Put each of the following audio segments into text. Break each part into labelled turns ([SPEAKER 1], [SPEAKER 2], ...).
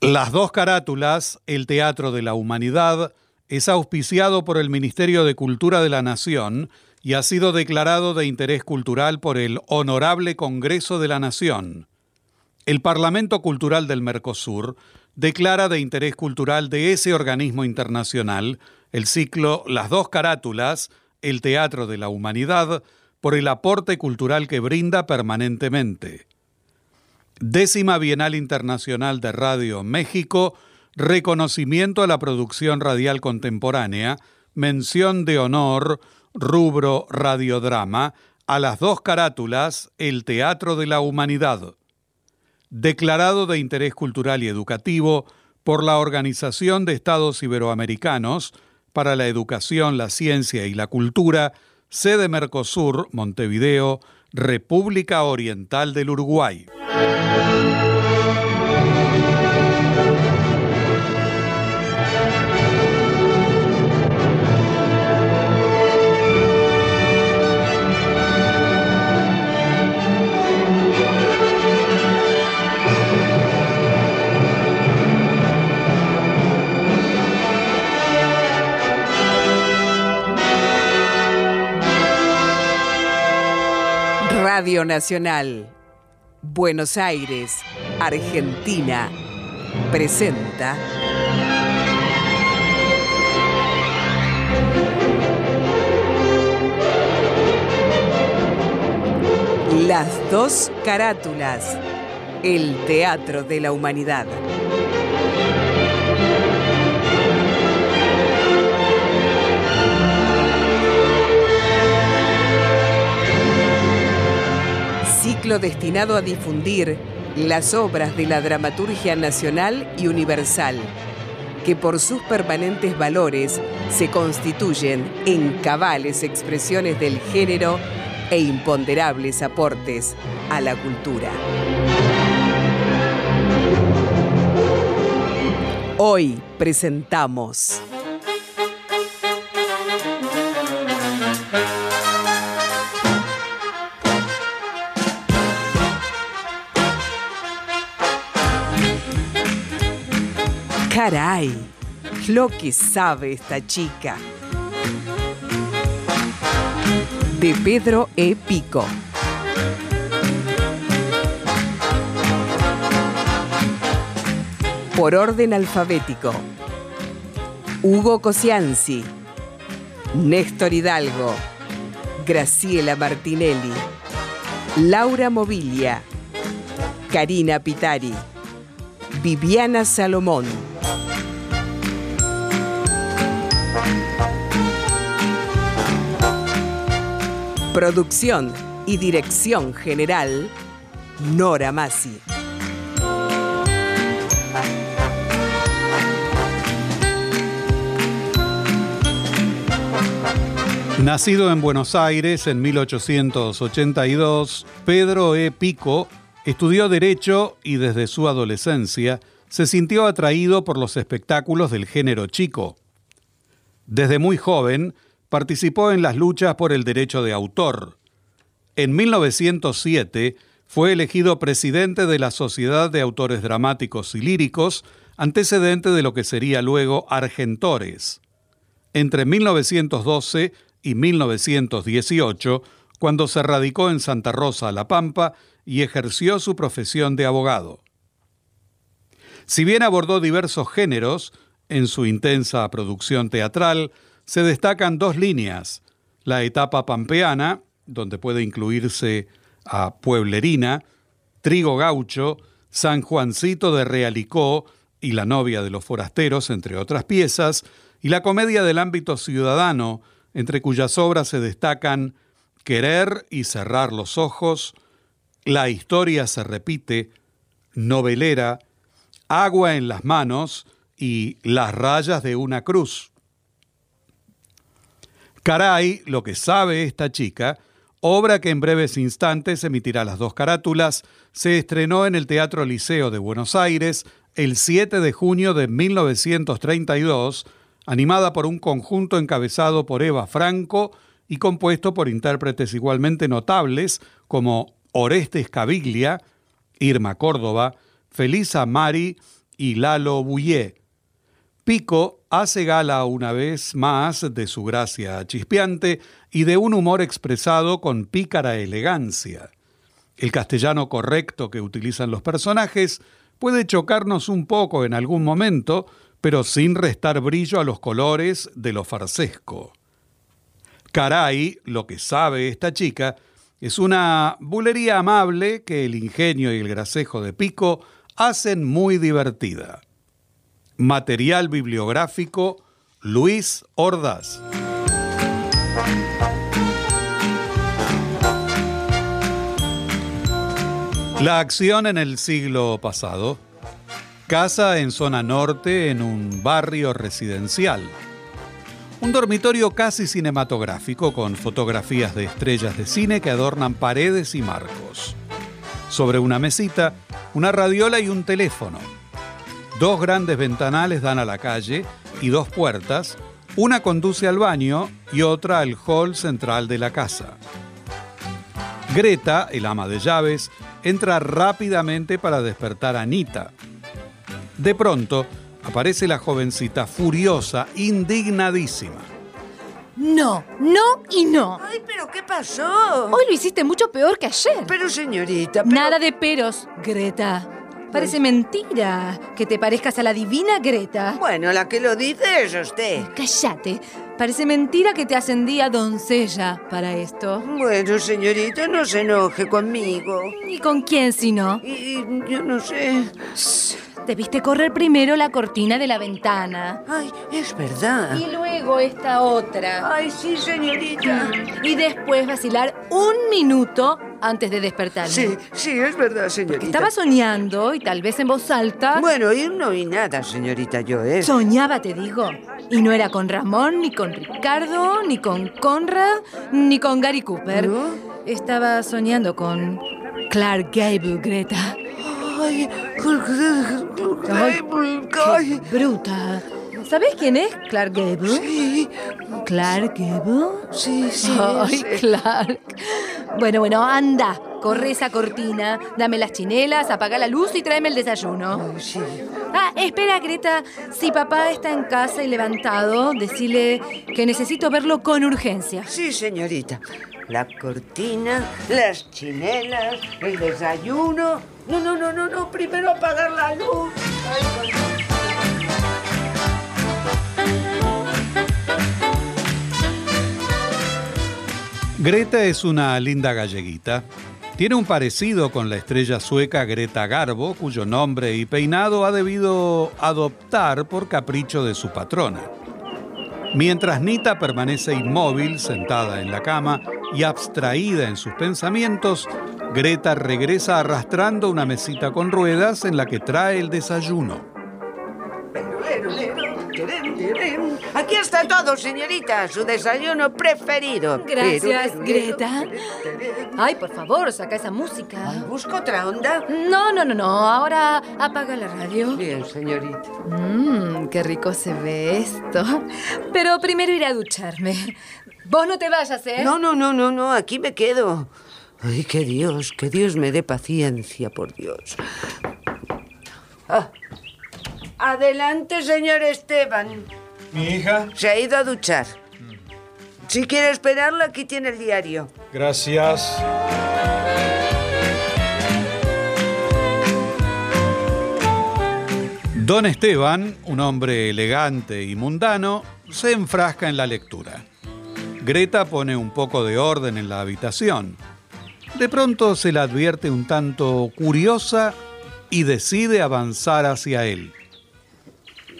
[SPEAKER 1] Las dos carátulas, el Teatro de la Humanidad, es auspiciado por el Ministerio de Cultura de la Nación y ha sido declarado de interés cultural por el Honorable Congreso de la Nación. El Parlamento Cultural del Mercosur declara de interés cultural de ese organismo internacional el ciclo Las dos carátulas, el Teatro de la Humanidad, por el aporte cultural que brinda permanentemente. Décima Bienal Internacional de Radio México, reconocimiento a la producción radial contemporánea, mención de honor, rubro radiodrama, a las dos carátulas, el Teatro de la Humanidad. Declarado de interés cultural y educativo por la Organización de Estados Iberoamericanos para la Educación, la Ciencia y la Cultura, sede Mercosur, Montevideo, República Oriental del Uruguay.
[SPEAKER 2] Radio Nacional, Buenos Aires, Argentina, presenta Las dos carátulas, el teatro de la humanidad. ciclo destinado a difundir las obras de la dramaturgia nacional y universal, que por sus permanentes valores se constituyen en cabales expresiones del género e imponderables aportes a la cultura. Hoy presentamos... Caray, lo que sabe esta chica. De Pedro E. Pico. Por orden alfabético. Hugo Cosianzi. Néstor Hidalgo. Graciela Martinelli. Laura Mobilia. Karina Pitari. Viviana Salomón. Producción y dirección general, Nora Masi.
[SPEAKER 1] Nacido en Buenos Aires en 1882, Pedro E. Pico estudió Derecho y desde su adolescencia se sintió atraído por los espectáculos del género chico. Desde muy joven, participó en las luchas por el derecho de autor. En 1907 fue elegido presidente de la Sociedad de Autores Dramáticos y Líricos, antecedente de lo que sería luego Argentores. Entre 1912 y 1918, cuando se radicó en Santa Rosa, La Pampa, y ejerció su profesión de abogado. Si bien abordó diversos géneros, en su intensa producción teatral, se destacan dos líneas, la etapa pampeana, donde puede incluirse a Pueblerina, Trigo Gaucho, San Juancito de Realicó y La novia de los forasteros, entre otras piezas, y la comedia del ámbito ciudadano, entre cuyas obras se destacan Querer y cerrar los ojos, La historia se repite, Novelera, Agua en las manos y Las rayas de una cruz. Caray, lo que sabe esta chica, obra que en breves instantes emitirá las dos carátulas, se estrenó en el Teatro Liceo de Buenos Aires el 7 de junio de 1932, animada por un conjunto encabezado por Eva Franco y compuesto por intérpretes igualmente notables como Orestes Caviglia, Irma Córdoba, Felisa Mari y Lalo Bouillet. Pico hace gala una vez más de su gracia chispeante y de un humor expresado con pícara elegancia. El castellano correcto que utilizan los personajes puede chocarnos un poco en algún momento, pero sin restar brillo a los colores de lo farsesco. Caray, lo que sabe esta chica, es una bulería amable que el ingenio y el gracejo de Pico hacen muy divertida. Material bibliográfico Luis Ordaz. La acción en el siglo pasado. Casa en zona norte en un barrio residencial. Un dormitorio casi cinematográfico con fotografías de estrellas de cine que adornan paredes y marcos. Sobre una mesita, una radiola y un teléfono. Dos grandes ventanales dan a la calle y dos puertas, una conduce al baño y otra al hall central de la casa. Greta, el ama de llaves, entra rápidamente para despertar a Anita. De pronto, aparece la jovencita furiosa, indignadísima.
[SPEAKER 3] No, no y no.
[SPEAKER 4] Ay, pero ¿qué pasó?
[SPEAKER 3] Hoy lo hiciste mucho peor que ayer.
[SPEAKER 4] Pero señorita, pero-
[SPEAKER 3] Nada de peros, Greta. Parece mentira que te parezcas a la divina Greta.
[SPEAKER 4] Bueno, la que lo dice es usted.
[SPEAKER 3] Cállate. Parece mentira que te ascendí a doncella para esto.
[SPEAKER 4] Bueno, señorita, no se enoje conmigo.
[SPEAKER 3] ¿Y con quién si no?
[SPEAKER 4] Y, y yo no sé.
[SPEAKER 3] Debiste correr primero la cortina de la ventana.
[SPEAKER 4] Ay, es verdad.
[SPEAKER 3] Y luego esta otra.
[SPEAKER 4] Ay, sí, señorita.
[SPEAKER 3] Y después vacilar un minuto antes de despertarme.
[SPEAKER 4] Sí, sí, es verdad, señorita.
[SPEAKER 3] Estaba soñando y tal vez en voz alta.
[SPEAKER 4] Bueno, yo no vi nada, señorita, yo, ¿eh?
[SPEAKER 3] Soñaba, te digo. Y no era con Ramón, ni con Ricardo, ni con Conrad, ni con Gary Cooper.
[SPEAKER 4] ¿No?
[SPEAKER 3] Estaba soñando con Clark Gable, Greta.
[SPEAKER 4] Ay, ay, ay,
[SPEAKER 3] Qué bruta. ¿Sabés quién es Clark Gable?
[SPEAKER 4] sí,
[SPEAKER 3] ¿Clark Gable?
[SPEAKER 4] sí, sí.
[SPEAKER 3] Ay,
[SPEAKER 4] sí.
[SPEAKER 3] Clark. Bueno, bueno, anda. Corre esa cortina, dame las chinelas, apaga la luz y tráeme el desayuno.
[SPEAKER 4] Ay, sí.
[SPEAKER 3] Ah, espera, Greta. Si papá está en casa y levantado, decile que necesito verlo con urgencia.
[SPEAKER 4] Sí, señorita. La cortina, las chinelas, el desayuno. No, no, no, no, no. Primero apagar la luz. Ay,
[SPEAKER 1] Greta es una linda galleguita. Tiene un parecido con la estrella sueca Greta Garbo, cuyo nombre y peinado ha debido adoptar por capricho de su patrona. Mientras Nita permanece inmóvil, sentada en la cama y abstraída en sus pensamientos, Greta regresa arrastrando una mesita con ruedas en la que trae el desayuno.
[SPEAKER 4] pero, pero, pero, terem, terem. Aquí está todo, señorita. Su desayuno preferido.
[SPEAKER 3] Gracias,
[SPEAKER 4] Pero, pero,
[SPEAKER 3] Greta.
[SPEAKER 4] pero, terem, terem.
[SPEAKER 3] Ay, por favor, saca esa música.
[SPEAKER 4] ¿Busco otra onda?
[SPEAKER 3] No, no, no, no. Ahora apaga la radio.
[SPEAKER 4] Bien, señorita.
[SPEAKER 3] Mmm, qué rico se ve esto. Pero primero iré a ducharme. Vos no te vayas, ¿eh?
[SPEAKER 4] No, no, no, no, no, aquí me quedo. Ay, que Dios, que Dios me dé paciencia, por Dios. Ah. Adelante, señor Esteban.
[SPEAKER 5] Mi hija, Mm.
[SPEAKER 4] Se ha ido a duchar. Si quiere esperarlo, aquí tiene el diario.
[SPEAKER 5] gracias.
[SPEAKER 1] Don Esteban, un hombre elegante y mundano, se enfrasca en la lectura. Greta pone un poco de orden en la habitación. De pronto se la advierte un tanto curiosa y decide avanzar hacia él.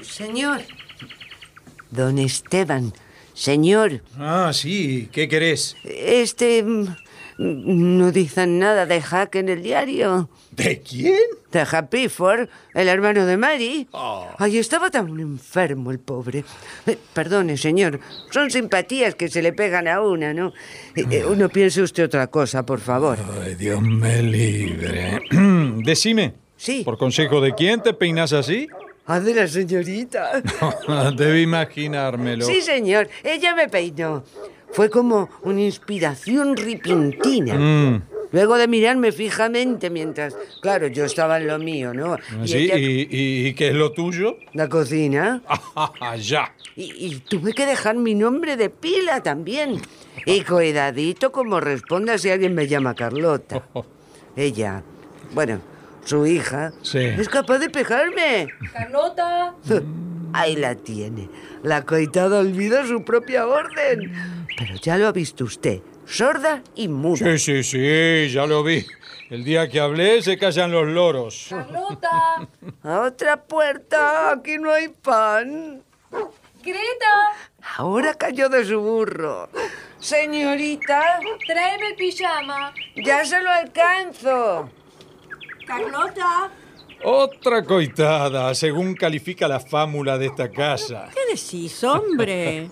[SPEAKER 4] Señor. Don Esteban, señor,
[SPEAKER 5] Ah, sí, ¿qué querés?
[SPEAKER 4] este... mm, No dicen nada de Hack en el diario.
[SPEAKER 5] ¿De quién?
[SPEAKER 4] De Happy Ford, el hermano de Mary.
[SPEAKER 5] Oh.
[SPEAKER 4] Ay, estaba tan enfermo el pobre. Eh, perdone, señor, son simpatías que se le pegan a una, ¿no? Eh, eh, no piense usted otra cosa, por favor.
[SPEAKER 5] Ay, Dios me libre. Decime.
[SPEAKER 4] Sí.
[SPEAKER 5] ¿Por consejo de quién te peinas así?
[SPEAKER 4] ¿A de la señorita?
[SPEAKER 5] Debe imaginármelo.
[SPEAKER 4] Sí, señor, ella me peinó. Fue como una inspiración repentina.
[SPEAKER 5] Mm,
[SPEAKER 4] Luego de mirarme fijamente mientras... Claro, yo estaba en lo mío, ¿no? Y
[SPEAKER 1] Ah, Sí,
[SPEAKER 4] ella-
[SPEAKER 1] y, y- y qué es lo tuyo?
[SPEAKER 4] La cocina.
[SPEAKER 1] ya.
[SPEAKER 4] Y, y tuve que dejar mi nombre de pila también. Y cuidadito como responda si alguien me llama Carlota. Ella, bueno, su hija,
[SPEAKER 1] Sí.
[SPEAKER 4] es capaz de pejarme.
[SPEAKER 3] Carlota.
[SPEAKER 4] Mm. Ahí la tiene. La coitada olvida su propia orden. Pero ya lo ha visto usted, sorda y muda.
[SPEAKER 1] Sí, sí, sí, ya lo vi. El día que hablé se callan los loros.
[SPEAKER 3] Carlota.
[SPEAKER 4] A otra puerta, aquí no hay pan.
[SPEAKER 3] Greta.
[SPEAKER 4] Ahora cayó de su burro. Señorita,
[SPEAKER 3] Tráeme el pijama.
[SPEAKER 4] ya se lo alcanzo.
[SPEAKER 6] Carlota,
[SPEAKER 1] Otra coitada, según califica la fámula de esta casa.
[SPEAKER 6] ¿qué decís, hombre?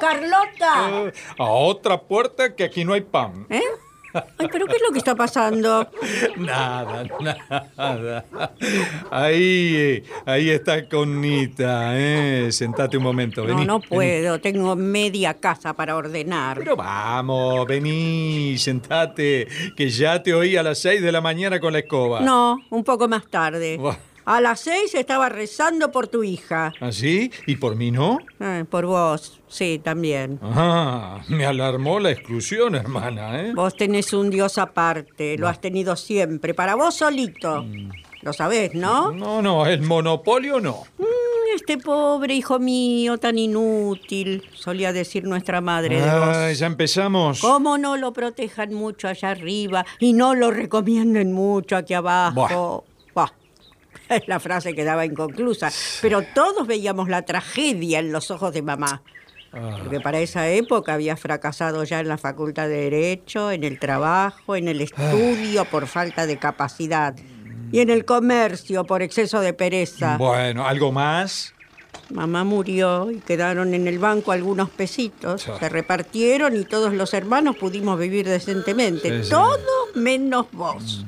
[SPEAKER 6] Carlota,
[SPEAKER 1] A otra puerta que aquí no hay pan.
[SPEAKER 6] ¿eh? Ay, pero ¿qué es lo que está pasando?
[SPEAKER 1] Nada, nada. Ahí, eh, ahí está Conita, ¿eh? Sentate un momento,
[SPEAKER 6] No,
[SPEAKER 1] vení.
[SPEAKER 6] no
[SPEAKER 1] vení.
[SPEAKER 6] puedo, tengo media casa para ordenar.
[SPEAKER 1] Pero vamos, vení, sentate, que ya te oí a las 6 de la mañana con la escoba.
[SPEAKER 6] No, un poco más tarde.
[SPEAKER 1] Buah.
[SPEAKER 6] A las seis estaba rezando por tu hija.
[SPEAKER 1] ¿Así? ¿Ah, ¿Y por mí no?
[SPEAKER 6] Eh, por vos, sí, también.
[SPEAKER 1] Ah, me alarmó la exclusión, hermana, ¿eh?
[SPEAKER 6] Vos tenés un Dios aparte, lo has tenido siempre, para vos solito.
[SPEAKER 1] Mm.
[SPEAKER 6] Lo sabés, ¿no?
[SPEAKER 1] No, no, el monopolio no.
[SPEAKER 6] Mm, Este pobre hijo mío, tan inútil, solía decir nuestra madre de vos.
[SPEAKER 1] Ay, Ah, ya empezamos.
[SPEAKER 6] ¿Cómo no lo protejan mucho allá arriba y no lo recomienden mucho aquí abajo? Buah. Es la frase quedaba inconclusa, pero todos veíamos la tragedia en los ojos de mamá. Porque para esa época había fracasado ya en la facultad de Derecho, en el trabajo, en el estudio por falta de capacidad y en el comercio por exceso de pereza.
[SPEAKER 1] Bueno, ¿algo más?
[SPEAKER 6] Mamá murió y quedaron en el banco algunos pesitos.
[SPEAKER 1] Chao.
[SPEAKER 6] Se repartieron y todos los hermanos pudimos vivir decentemente.
[SPEAKER 1] Sí, Mm. sí.
[SPEAKER 6] Todo menos vos.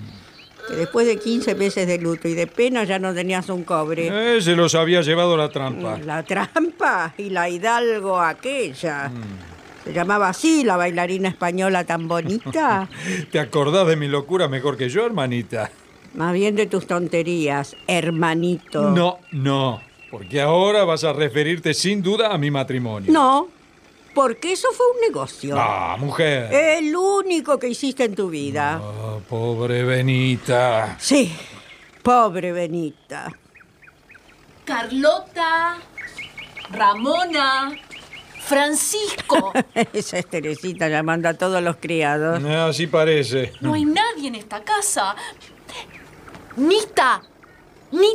[SPEAKER 6] Que después de 15 meses de luto y de pena ya no tenías un cobre. Mm,
[SPEAKER 1] Eh, se los había llevado la trampa.
[SPEAKER 6] La trampa y la hidalgo aquella.
[SPEAKER 1] Mm.
[SPEAKER 6] Se llamaba así la bailarina española tan bonita.
[SPEAKER 1] ¿Te acordás de mi locura mejor que yo, hermanita?
[SPEAKER 6] Más bien de tus tonterías, hermanito.
[SPEAKER 1] No, no. Porque ahora vas a referirte sin duda a mi matrimonio.
[SPEAKER 6] No, porque eso fue un negocio.
[SPEAKER 1] Ah, mujer.
[SPEAKER 6] El único que hiciste en tu vida.
[SPEAKER 1] Ah, pobre Benita.
[SPEAKER 6] Sí, pobre Benita.
[SPEAKER 7] Carlota, Ramona, Francisco.
[SPEAKER 6] Esa es Teresita llamando a todos los criados.
[SPEAKER 1] Ah, Así parece.
[SPEAKER 7] No hay nadie en esta casa. Nita, ni...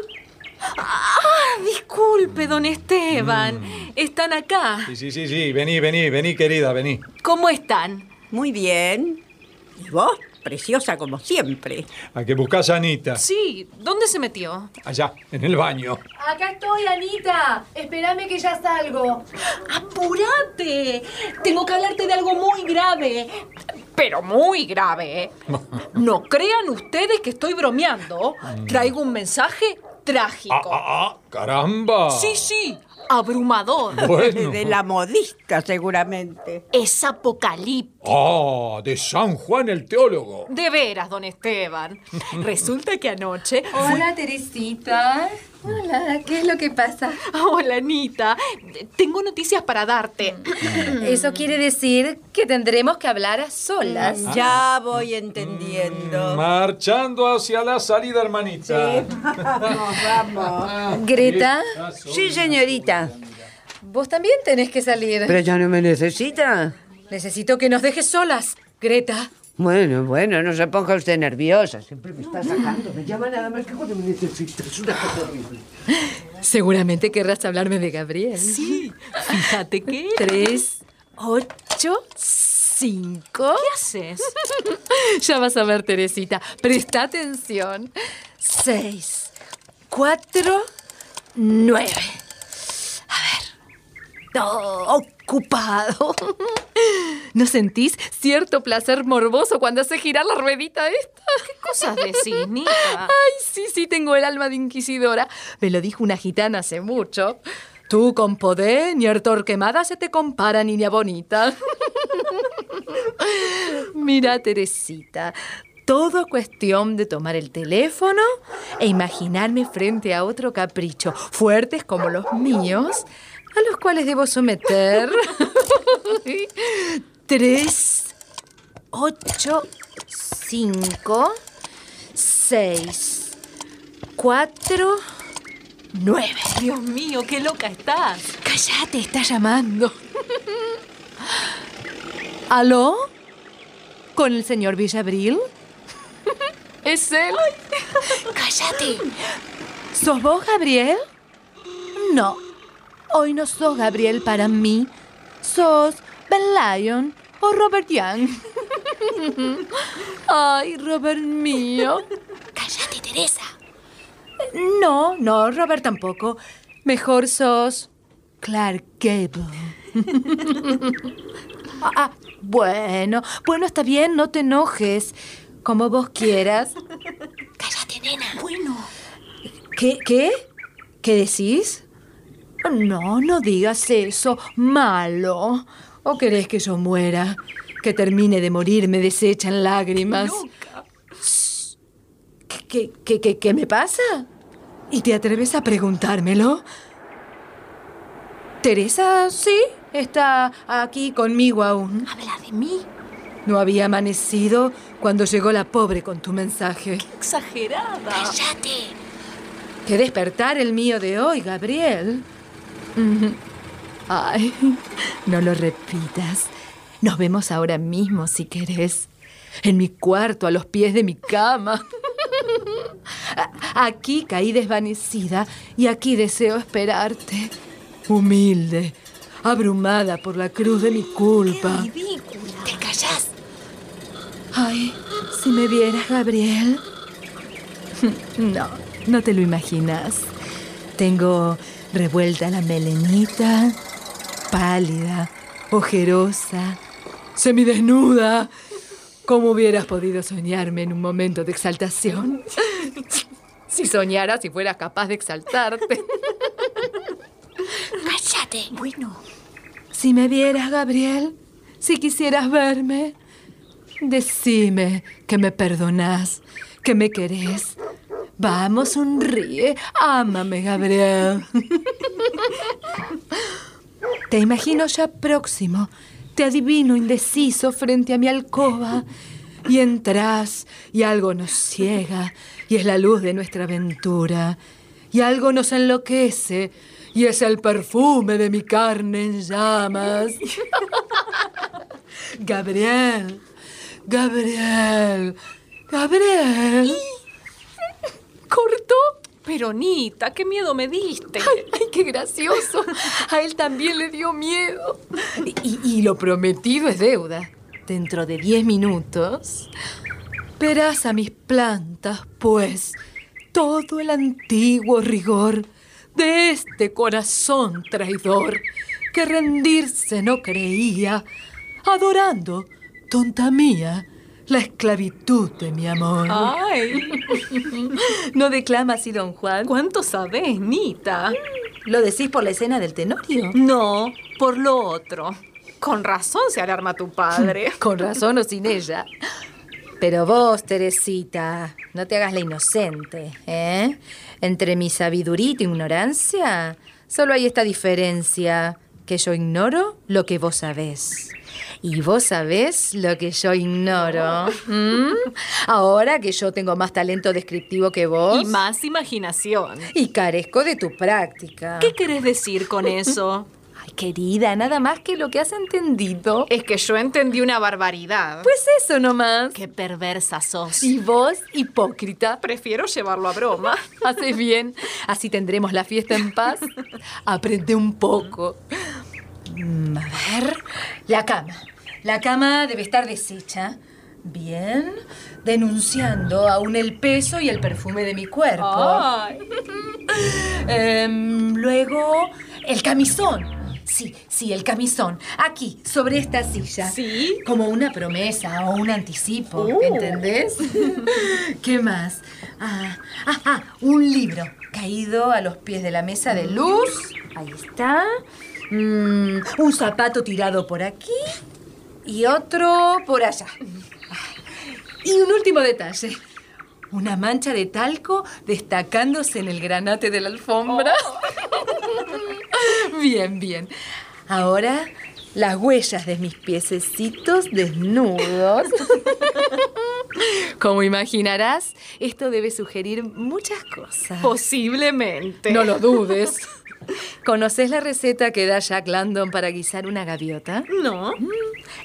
[SPEAKER 7] Ah, disculpe, don Esteban.
[SPEAKER 1] Mm.
[SPEAKER 7] Están acá.
[SPEAKER 1] Sí, sí, sí, sí. Vení, vení, vení, querida, vení.
[SPEAKER 7] ¿Cómo están?
[SPEAKER 6] Muy bien. Y vos, preciosa como siempre.
[SPEAKER 1] A que buscas a Anita.
[SPEAKER 7] Sí, ¿dónde se metió?
[SPEAKER 1] Allá, en el baño.
[SPEAKER 3] Acá estoy, Anita. Espérame que ya salgo.
[SPEAKER 7] ¡Apurate! Tengo que hablarte de algo muy grave. Pero muy grave. No crean ustedes que estoy bromeando. Traigo un mensaje
[SPEAKER 1] Mm. Ah,
[SPEAKER 7] trágico.
[SPEAKER 1] ah, ah, caramba.
[SPEAKER 4] Oh.
[SPEAKER 7] Sí, sí, abrumador.
[SPEAKER 1] Bueno.
[SPEAKER 6] De la modista, seguramente.
[SPEAKER 7] Es apocalipsis.
[SPEAKER 1] Ah, de San Juan el teólogo.
[SPEAKER 7] De veras, don Esteban. Resulta que anoche.
[SPEAKER 3] Eh, Hola, Teresita. Hola, ¿qué es lo que pasa?
[SPEAKER 7] Hola, Anita. Tengo noticias para darte.
[SPEAKER 3] Mm. Eso quiere decir que tendremos que hablar a solas.
[SPEAKER 6] Ya voy
[SPEAKER 1] Mm.
[SPEAKER 6] entendiendo.
[SPEAKER 1] Marchando hacia la salida, hermanita.
[SPEAKER 6] Vamos, vamos.
[SPEAKER 3] Greta,
[SPEAKER 4] Ah, Sí, señorita.
[SPEAKER 3] vos también tenés que salir.
[SPEAKER 4] Pero ya no me necesita.
[SPEAKER 3] Necesito que nos dejes solas, Greta.
[SPEAKER 4] Bueno, bueno, no se ponga usted nerviosa. Siempre me está sacando. Me llama nada más que cuando me necesita. Es una cosa horrible.
[SPEAKER 3] Seguramente querrás hablarme de Gabriel.
[SPEAKER 7] Sí, fíjate que.
[SPEAKER 3] Tres, ocho, cinco.
[SPEAKER 7] ¿Qué haces?
[SPEAKER 3] Ya vas a ver, Teresita. Presta atención. Seis, cuatro, nueve. A ver. Oh, ocupado. ¿No sentís cierto placer morboso cuando hace girar la ruedita esta?
[SPEAKER 7] ¿Qué cosas decís, Nita?
[SPEAKER 3] Ay, sí, sí, tengo el alma de inquisidora. Me lo dijo una gitana hace mucho. Tú con poder ni Torquemada se te compara, niña bonita. Mira, Teresita, todo cuestión de tomar el teléfono e imaginarme frente a otro capricho, fuertes como los míos, a los cuales debo someter. Tres, ocho, cinco, seis, cuatro, nueve.
[SPEAKER 8] Dios mío, qué loca estás.
[SPEAKER 3] Cállate, está llamando. ¿Aló? ¿Con el señor Villabril?
[SPEAKER 8] ¿Es él?
[SPEAKER 3] ¡Cállate! ¿Sos vos, Gabriel? No. Hoy no sos Gabriel para mí. Sos Ben Lyon o Robert Young. Ay, Robert mío. ¡Cállate, Teresa! No, no, Robert tampoco. Mejor sos Clark Gable. Ah, ah, bueno, bueno, está bien, no te enojes. Como vos quieras. Cállate, nena. Bueno. ¿Qué? ¿Qué? ¿Qué decís? No, no digas eso. Malo. ¿O querés que yo muera? Que termine de morir, me desechan lágrimas. Shh. ¿Qué, qué, qué, qué, qué me pasa? ¿Y te atreves a preguntármelo? Teresa, sí, está aquí conmigo aún.
[SPEAKER 8] Habla de mí.
[SPEAKER 3] No había amanecido cuando llegó la pobre con tu mensaje.
[SPEAKER 8] Exagerada.
[SPEAKER 3] Que despertar el mío de hoy, Gabriel. Ujú. Ay, no lo repitas. Nos vemos ahora mismo, si querés. En mi cuarto, a los pies de mi cama. A- Aquí caí desvanecida y aquí deseo esperarte. Humilde, abrumada por la cruz de mi culpa.
[SPEAKER 8] ¿Te callas?
[SPEAKER 3] Ay, si me vieras, Gabriel. No, no te lo imaginas. Tengo revuelta la melenita, pálida, ojerosa, semidesnuda. ¿Cómo hubieras podido soñarme en un momento de exaltación? Si soñaras y fueras capaz de exaltarte.
[SPEAKER 8] Cállate. Bueno.
[SPEAKER 3] Si me vieras, Gabriel, si quisieras verme, decime que me perdonás, que me querés. Vamos, sonríe, ámame, Gabriel. Te imagino ya próximo, te adivino indeciso frente a mi alcoba. Y entras y algo nos ciega y es la luz de nuestra aventura. Y algo nos enloquece y es el perfume de mi carne en llamas. Gabriel, Gabriel, Gabriel.
[SPEAKER 8] ¿Cortó? Peronita, qué miedo me diste.
[SPEAKER 3] ¡Ay, qué gracioso! A él también le dio miedo. Y, y lo prometido es deuda. Dentro de diez minutos verás a mis plantas, pues, todo el antiguo rigor de este corazón traidor que rendirse no creía, adorando, tonta mía, la esclavitud de mi amor.
[SPEAKER 8] Ay,
[SPEAKER 3] ¿No declama así, don Juan?
[SPEAKER 8] ¿cuánto sabés, Nita?
[SPEAKER 3] ¿Lo decís por la escena del tenorio?
[SPEAKER 8] No, por lo otro. Con razón se alarma tu padre.
[SPEAKER 3] Con razón o sin ella. Pero vos, Teresita, no te hagas la inocente, ¿eh? Entre mi sabiduría y tu ignorancia, solo hay esta diferencia, que yo ignoro lo que vos sabés. Y vos sabés lo que yo ignoro. ¿Mm? Ahora que yo tengo más talento descriptivo que vos.
[SPEAKER 8] Y más imaginación.
[SPEAKER 3] Y carezco de tu práctica.
[SPEAKER 8] ¿Qué querés decir con eso?
[SPEAKER 3] Ay, querida, nada más que lo que has entendido.
[SPEAKER 8] Es que yo entendí una barbaridad.
[SPEAKER 3] Pues eso nomás.
[SPEAKER 8] qué perversa sos.
[SPEAKER 3] Y vos, hipócrita.
[SPEAKER 8] Prefiero llevarlo a broma.
[SPEAKER 3] Haces bien. Así tendremos la fiesta en paz. Aprende un poco. Mm, A ver. La cama. La cama debe estar deshecha. Bien. Denunciando aún el peso y el perfume de mi cuerpo.
[SPEAKER 8] Ah. Ay,
[SPEAKER 3] Em, luego, el camisón. Sí, sí, el camisón. Aquí, sobre esta silla.
[SPEAKER 8] Sí.
[SPEAKER 3] Como una promesa o un anticipo, ¿entendés? ¿Qué más? Ah, ah, ah, un libro caído a los pies de la mesa de luz. Ahí está. Mm, un zapato tirado por aquí.
[SPEAKER 9] y otro por allá.
[SPEAKER 3] Y un último detalle. Una mancha de talco destacándose en el granate de la alfombra. bien, bien. Ahora las huellas de mis piececitos desnudos. Como imaginarás, esto debe sugerir muchas cosas.
[SPEAKER 8] Posiblemente.
[SPEAKER 3] No lo dudes. Este. ¿Conoces la receta que da Jack Landon para guisar una gaviota? Mm,
[SPEAKER 8] No.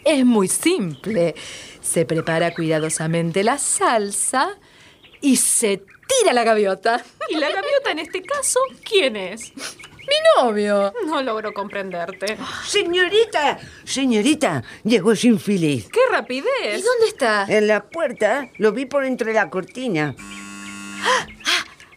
[SPEAKER 3] Es muy simple. Se prepara cuidadosamente la salsa y se tira la gaviota.
[SPEAKER 8] ¿Y la gaviota en este caso quién es?
[SPEAKER 3] Mi novio.
[SPEAKER 8] No logro comprenderte.
[SPEAKER 10] Señorita, señorita, llegó ese infeliz.
[SPEAKER 8] ¡Qué rapidez!
[SPEAKER 3] ¿Y dónde está?
[SPEAKER 10] En la puerta lo vi por entre la cortina.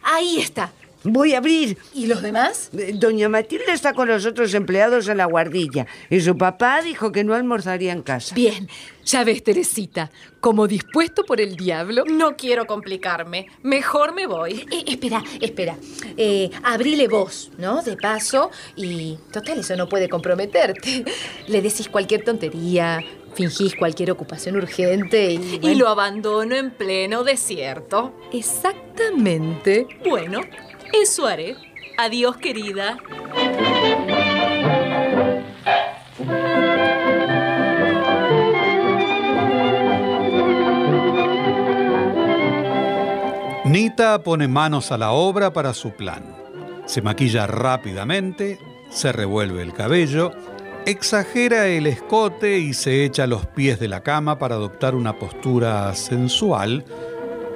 [SPEAKER 3] Ahí está.
[SPEAKER 10] Voy a abrir.
[SPEAKER 3] ¿Y los demás?
[SPEAKER 10] Eh, Doña Matilda está con los otros empleados en la guardilla y su papá dijo que no almorzaría en casa.
[SPEAKER 3] Bien, ya ves, Teresita, como dispuesto por el diablo.
[SPEAKER 8] No quiero complicarme. Mejor me voy.
[SPEAKER 9] Eh, espera, espera. Eh, abrile vos, ¿no? De paso. Y total, eso no puede comprometerte. Le decís cualquier tontería, fingís cualquier ocupación urgente y...
[SPEAKER 8] Y
[SPEAKER 9] bueno,
[SPEAKER 8] lo abandono en pleno desierto.
[SPEAKER 3] Exactamente.
[SPEAKER 8] Bueno, eso haré. Adiós, querida.
[SPEAKER 1] Nita pone manos a la obra para su plan. Se maquilla rápidamente, se revuelve el cabello, exagera el escote y se echa a los pies de la cama para adoptar una postura sensual,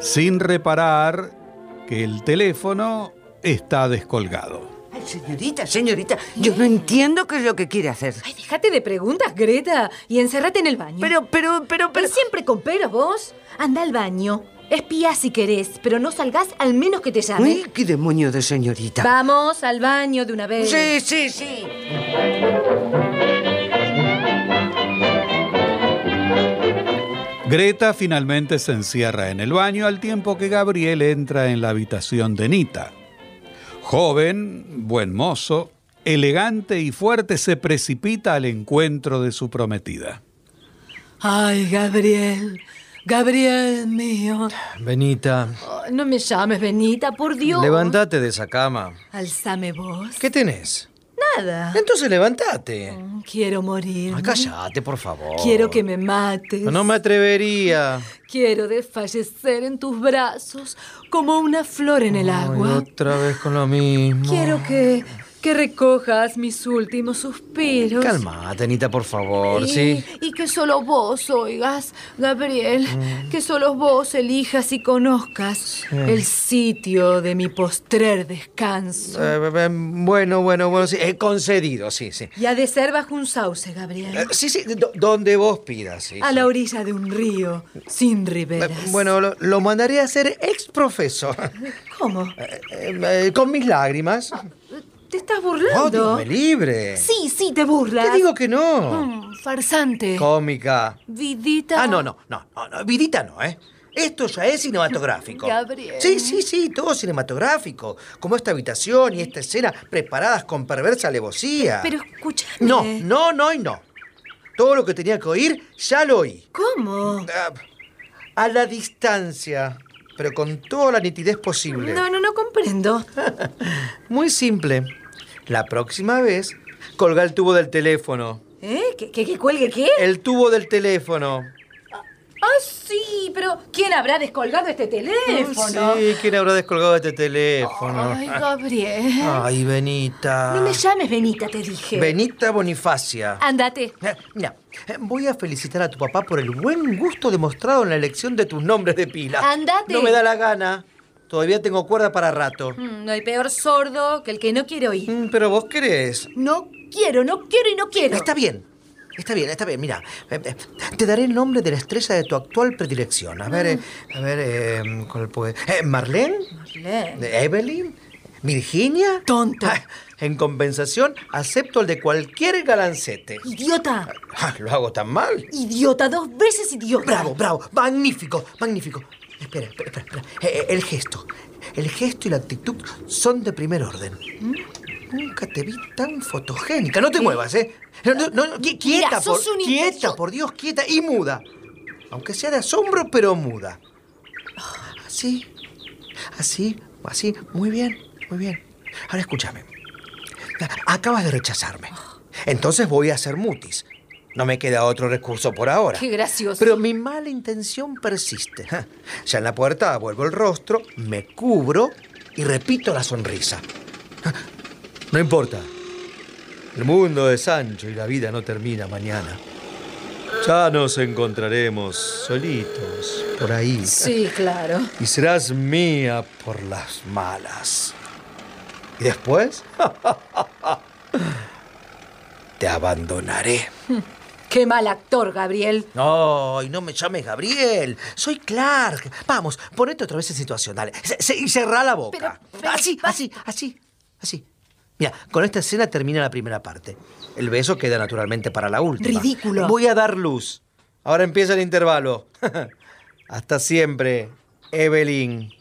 [SPEAKER 1] sin reparar que el teléfono está descolgado.
[SPEAKER 10] Ay, señorita, señorita, yo no entiendo qué es lo que quiere hacer.
[SPEAKER 9] Ay, déjate de preguntas, Greta, y encerrate en el baño.
[SPEAKER 10] Pero, pero, pero, pero.
[SPEAKER 9] Pero siempre con peros vos. Anda al baño. Espía si querés, pero no salgas al menos que te llame.
[SPEAKER 10] Uy, qué demonio de señorita.
[SPEAKER 9] Vamos al baño de una vez.
[SPEAKER 10] Sí, sí, sí.
[SPEAKER 1] Greta finalmente se encierra en el baño al tiempo que Gabriel entra en la habitación de Nita. Joven, buen mozo, elegante y fuerte, se precipita al encuentro de su prometida.
[SPEAKER 3] Ay, Gabriel. Gabriel mío.
[SPEAKER 4] Benita,
[SPEAKER 9] Ay, no me llames, Benita, por Dios.
[SPEAKER 4] levántate de esa cama.
[SPEAKER 3] Alzame vos.
[SPEAKER 4] ¿Qué tenés?
[SPEAKER 3] Nada.
[SPEAKER 4] Entonces levántate.
[SPEAKER 3] Quiero morir.
[SPEAKER 4] Ah, cállate, por favor.
[SPEAKER 3] Mm. Quiero que me mates.
[SPEAKER 4] No me atrevería.
[SPEAKER 3] Quiero desfallecer en tus brazos como una flor en el
[SPEAKER 4] Ay,
[SPEAKER 3] agua.
[SPEAKER 4] otra vez con lo mismo.
[SPEAKER 3] Quiero que, que recojas mis últimos suspiros.
[SPEAKER 4] Calmate, Anita, por favor,
[SPEAKER 3] Y,
[SPEAKER 4] ¿sí?
[SPEAKER 3] y que solo vos oigas, Gabriel,
[SPEAKER 4] Mm.
[SPEAKER 3] que solo vos elijas y conozcas el sitio de mi postrer descanso.
[SPEAKER 4] Eh, eh, bueno, bueno, bueno, sí. He concedido, sí, sí.
[SPEAKER 3] Y ha de ser bajo un sauce, Gabriel,
[SPEAKER 4] Eh, sí, sí, do- donde vos pidas, sí.
[SPEAKER 3] a
[SPEAKER 4] sí.
[SPEAKER 3] la orilla de un río, sin
[SPEAKER 4] Eh,
[SPEAKER 3] riberas.
[SPEAKER 4] Bueno, lo, lo mandaré a ser ex profesor.
[SPEAKER 3] ¿Cómo?
[SPEAKER 4] Eh, eh, con mis lágrimas.
[SPEAKER 3] ¿Te estás
[SPEAKER 4] ¡Oh,
[SPEAKER 3] burlando?
[SPEAKER 4] Dios me libre!
[SPEAKER 3] Sí, sí, te burlas.
[SPEAKER 4] Te digo que no.
[SPEAKER 3] Mm, farsante.
[SPEAKER 4] Cómica.
[SPEAKER 3] Vidita.
[SPEAKER 4] Ah, no, no, no, no, no, vidita no, ¿eh? Esto ya es cinematográfico.
[SPEAKER 3] Gabriel.
[SPEAKER 4] Sí, sí, sí, todo cinematográfico. Como esta habitación y esta escena preparadas con perversa alevosía.
[SPEAKER 3] Pero eh. escúchame.
[SPEAKER 4] No, no, no y no. Todo lo que tenía que oír ya lo oí.
[SPEAKER 3] ¿Cómo?
[SPEAKER 4] Ah, A la distancia, pero con toda la nitidez posible.
[SPEAKER 3] No, no, no comprendo.
[SPEAKER 4] Muy simple. La próxima vez, colga el tubo del teléfono.
[SPEAKER 3] ¿Eh? ¿Que, que, que cuelgue qué?
[SPEAKER 4] El tubo del teléfono.
[SPEAKER 3] Ah, sí, pero ¿quién habrá descolgado este teléfono?
[SPEAKER 4] Ah, Sí, ¿quién habrá descolgado este teléfono?
[SPEAKER 3] Ay, Gabriel.
[SPEAKER 4] Ay, Benita.
[SPEAKER 3] No me llames Benita, te dije.
[SPEAKER 4] Benita Bonifacia.
[SPEAKER 9] Andate.
[SPEAKER 4] Eh, Mira, eh, voy a felicitar a tu papá por el buen gusto demostrado en la elección de tus nombres de pila.
[SPEAKER 9] Andate.
[SPEAKER 4] No me da la gana. Todavía tengo cuerda para rato.
[SPEAKER 9] Mm, No hay peor sordo que el que no quiere oír.
[SPEAKER 4] Mm, Pero vos querés.
[SPEAKER 9] No quiero, no quiero y no quiero.
[SPEAKER 4] Está bien. Está bien, está bien. Mira, eh, eh, te daré el nombre de la estrella de tu actual predilección. A ver, eh, a ver, eh, ¿cuál puede? Eh, ¿Marlene?
[SPEAKER 9] Marlene.
[SPEAKER 4] ¿De ¿Evelyn? ¿Virginia?
[SPEAKER 3] Tonto.
[SPEAKER 4] Ah, En compensación, acepto el de cualquier galancete.
[SPEAKER 9] Idiota.
[SPEAKER 4] Ah, ¿Lo hago tan mal?
[SPEAKER 9] Idiota, dos veces idiota.
[SPEAKER 4] Bravo, bravo, magnífico, magnífico. Espera, espera,
[SPEAKER 3] Mm.
[SPEAKER 4] espera. espera. Eh, eh, el gesto. El gesto y la actitud son de primer orden.
[SPEAKER 11] Nunca te vi tan fotogénica. No te muevas, ¿eh? No, no, no, qui- quieta,
[SPEAKER 3] Mira,
[SPEAKER 11] por,
[SPEAKER 3] sos un
[SPEAKER 11] quieta,
[SPEAKER 3] imbécil.
[SPEAKER 11] por Dios, quieta y muda. Aunque sea de asombro, pero muda. Así, así, así. Muy bien, muy bien. Ahora escúchame. Acabas de rechazarme.
[SPEAKER 3] Ah.
[SPEAKER 11] Entonces voy a hacer mutis. No me queda otro recurso por ahora.
[SPEAKER 3] Qué gracioso.
[SPEAKER 11] Pero mi mala intención persiste. Ja. Ya en la puerta vuelvo el rostro, me cubro y repito la sonrisa. Ja. No importa. El mundo es ancho y la vida no termina mañana. Ya nos encontraremos solitos por ahí.
[SPEAKER 3] Sí, claro.
[SPEAKER 11] Y serás mía por las malas. Y después... Te abandonaré.
[SPEAKER 3] Qué mal actor, Gabriel.
[SPEAKER 11] No, y no me llames Gabriel. Soy Clark. Vamos, ponete otra vez en situación. Dale. Se- se- y cerrá la boca. así, así, así, así. Mira, con esta escena termina la primera parte. El beso queda naturalmente para la última.
[SPEAKER 3] Ridículo.
[SPEAKER 11] Voy a dar luz. Ahora empieza el intervalo. Hasta siempre, Evelyn.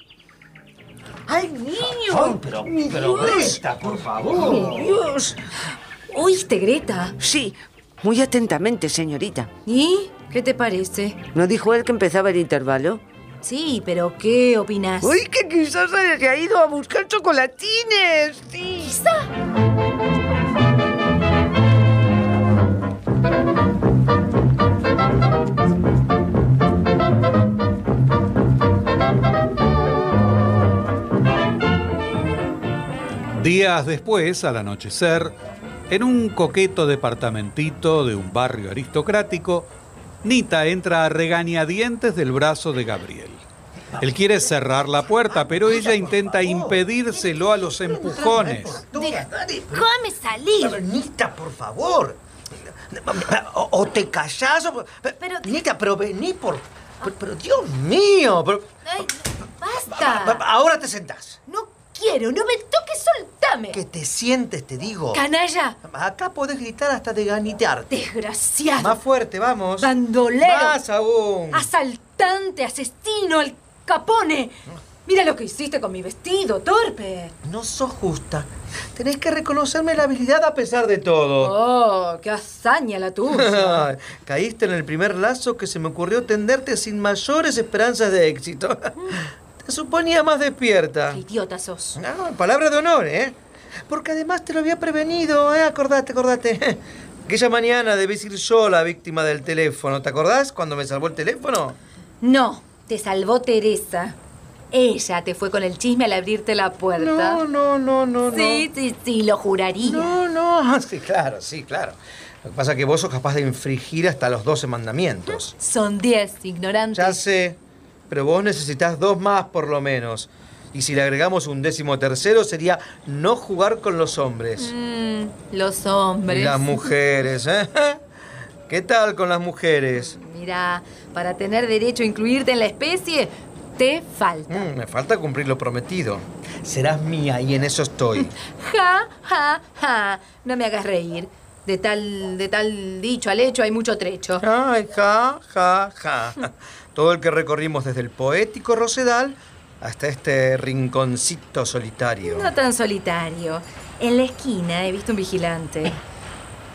[SPEAKER 4] ¡Ay, niño!
[SPEAKER 11] pero,
[SPEAKER 4] Mi Dios.
[SPEAKER 11] Greta, por favor.
[SPEAKER 4] Dios.
[SPEAKER 3] ¿Oíste, Greta?
[SPEAKER 4] Sí, muy atentamente, señorita.
[SPEAKER 3] ¿Y? ¿Qué te parece?
[SPEAKER 4] ¿No dijo él que empezaba el intervalo?
[SPEAKER 3] Sí, pero ¿qué opinas?
[SPEAKER 4] ¡Uy, que quizás haya ido a buscar chocolatines! Sí.
[SPEAKER 1] Días después, al anochecer, en un coqueto departamentito de un barrio aristocrático, Nita entra a regañadientes del brazo de Gabriel. Él quiere cerrar la puerta, pero ella intenta impedírselo a los empujones.
[SPEAKER 11] ¡Déjame salir! Nita, por favor. O, o te callás o... Nita, pero vení por... Pero, pero, Dios mío, pero...
[SPEAKER 3] ¡Basta!
[SPEAKER 11] Ahora te sentás.
[SPEAKER 3] No quiero, no me toques, soltame.
[SPEAKER 11] Que te sientes, te digo.
[SPEAKER 3] ¡Canalla!
[SPEAKER 11] Acá podés gritar hasta deganitearte. Más
[SPEAKER 3] ¡Desgraciado!
[SPEAKER 11] fuerte, vamos.
[SPEAKER 3] ¡Bandolero!
[SPEAKER 11] Más aún.
[SPEAKER 3] ¡Asaltante, asesino, al capone! Mira lo que hiciste con mi vestido, torpe.
[SPEAKER 11] No sos justa. Tenés que reconocerme la habilidad a pesar de todo.
[SPEAKER 3] ¡Oh, qué hazaña la tuya!
[SPEAKER 11] Caíste en el primer lazo que se me ocurrió tenderte sin mayores esperanzas de éxito. te suponía más despierta.
[SPEAKER 3] ¡Qué idiota sos!
[SPEAKER 11] No, palabra de honor, ¿eh? Porque además te lo había prevenido, ¿eh? Acordate, acordate. Aquella mañana debes ir yo la víctima del teléfono. ¿Te acordás cuando me salvó el teléfono?
[SPEAKER 3] No, te salvó Teresa. Ella te fue con el chisme al abrirte la puerta.
[SPEAKER 11] No, no, no, no,
[SPEAKER 3] sí, sí, sí, lo juraría.
[SPEAKER 11] no. No, no. Sí, claro, sí, claro. Lo que pasa es que vos sos capaz de infringir hasta los 12 mandamientos.
[SPEAKER 3] Son diez, ignorantes.
[SPEAKER 11] Ya sé, pero vos necesitas dos más por lo menos. Y si le agregamos un décimo tercero sería no jugar con los hombres.
[SPEAKER 3] Mm, los
[SPEAKER 11] Y
[SPEAKER 3] hombres.
[SPEAKER 11] las mujeres, ¿eh? ¿Qué tal con las mujeres?
[SPEAKER 3] Mira, para tener derecho a incluirte en la especie, te falta.
[SPEAKER 11] Mm, me falta cumplir lo prometido. Serás mía y en eso estoy.
[SPEAKER 3] Ja, ja, ja. No me hagas reír. De tal, de tal dicho al hecho hay mucho trecho.
[SPEAKER 11] Ay, ja, ja, ja. Todo el que recorrimos desde el poético Rosedal hasta este rinconcito solitario.
[SPEAKER 3] No tan solitario. En la esquina he visto un vigilante.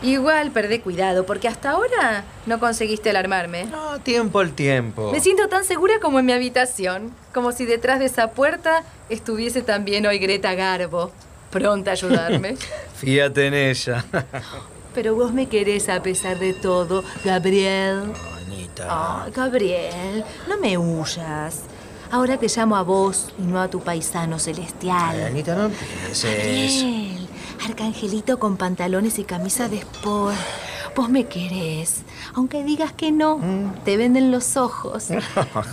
[SPEAKER 3] Igual perdé cuidado porque hasta ahora no conseguiste alarmarme.
[SPEAKER 11] No, tiempo al tiempo.
[SPEAKER 3] Me siento tan segura como en mi habitación, como si detrás de esa puerta estuviese también hoy Greta Garbo, pronta a ayudarme.
[SPEAKER 11] Fíjate en ella.
[SPEAKER 3] Pero vos me querés a pesar de todo, Gabriel.
[SPEAKER 11] Anita.
[SPEAKER 3] Ah, Gabriel, no me huyas. Ahora te llamo a vos y no a tu paisano
[SPEAKER 11] Ay,
[SPEAKER 3] celestial.
[SPEAKER 11] Anita, no empieces.
[SPEAKER 3] Gabriel, arcangelito con pantalones y camisa de sport. Vos me querés, aunque digas que no,
[SPEAKER 11] Mm.
[SPEAKER 3] te venden los ojos.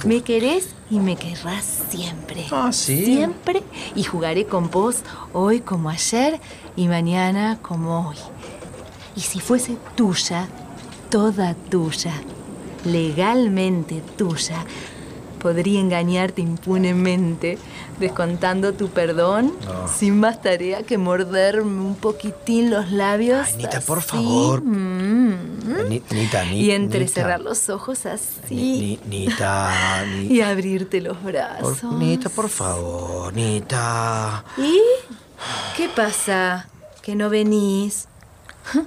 [SPEAKER 3] Me querés y me querrás siempre.
[SPEAKER 11] Ah, sí.
[SPEAKER 3] Siempre y jugaré con vos hoy como ayer y mañana como hoy. Y si fuese tuya, toda tuya, legalmente tuya, podría engañarte impunemente, descontando tu perdón, sin más tarea que morderme un poquitín los labios.
[SPEAKER 11] Ay, Anita,
[SPEAKER 3] así,
[SPEAKER 11] por favor.
[SPEAKER 3] mm,
[SPEAKER 11] Ni- Nita, ni-
[SPEAKER 3] y entrecerrar
[SPEAKER 11] Nita.
[SPEAKER 3] los ojos así.
[SPEAKER 11] Ni- ni- Nita, ni-
[SPEAKER 3] Y abrirte los brazos.
[SPEAKER 11] por, Nita, por favor, Nita.
[SPEAKER 3] ¿Y? ¿Qué pasa? que no venís.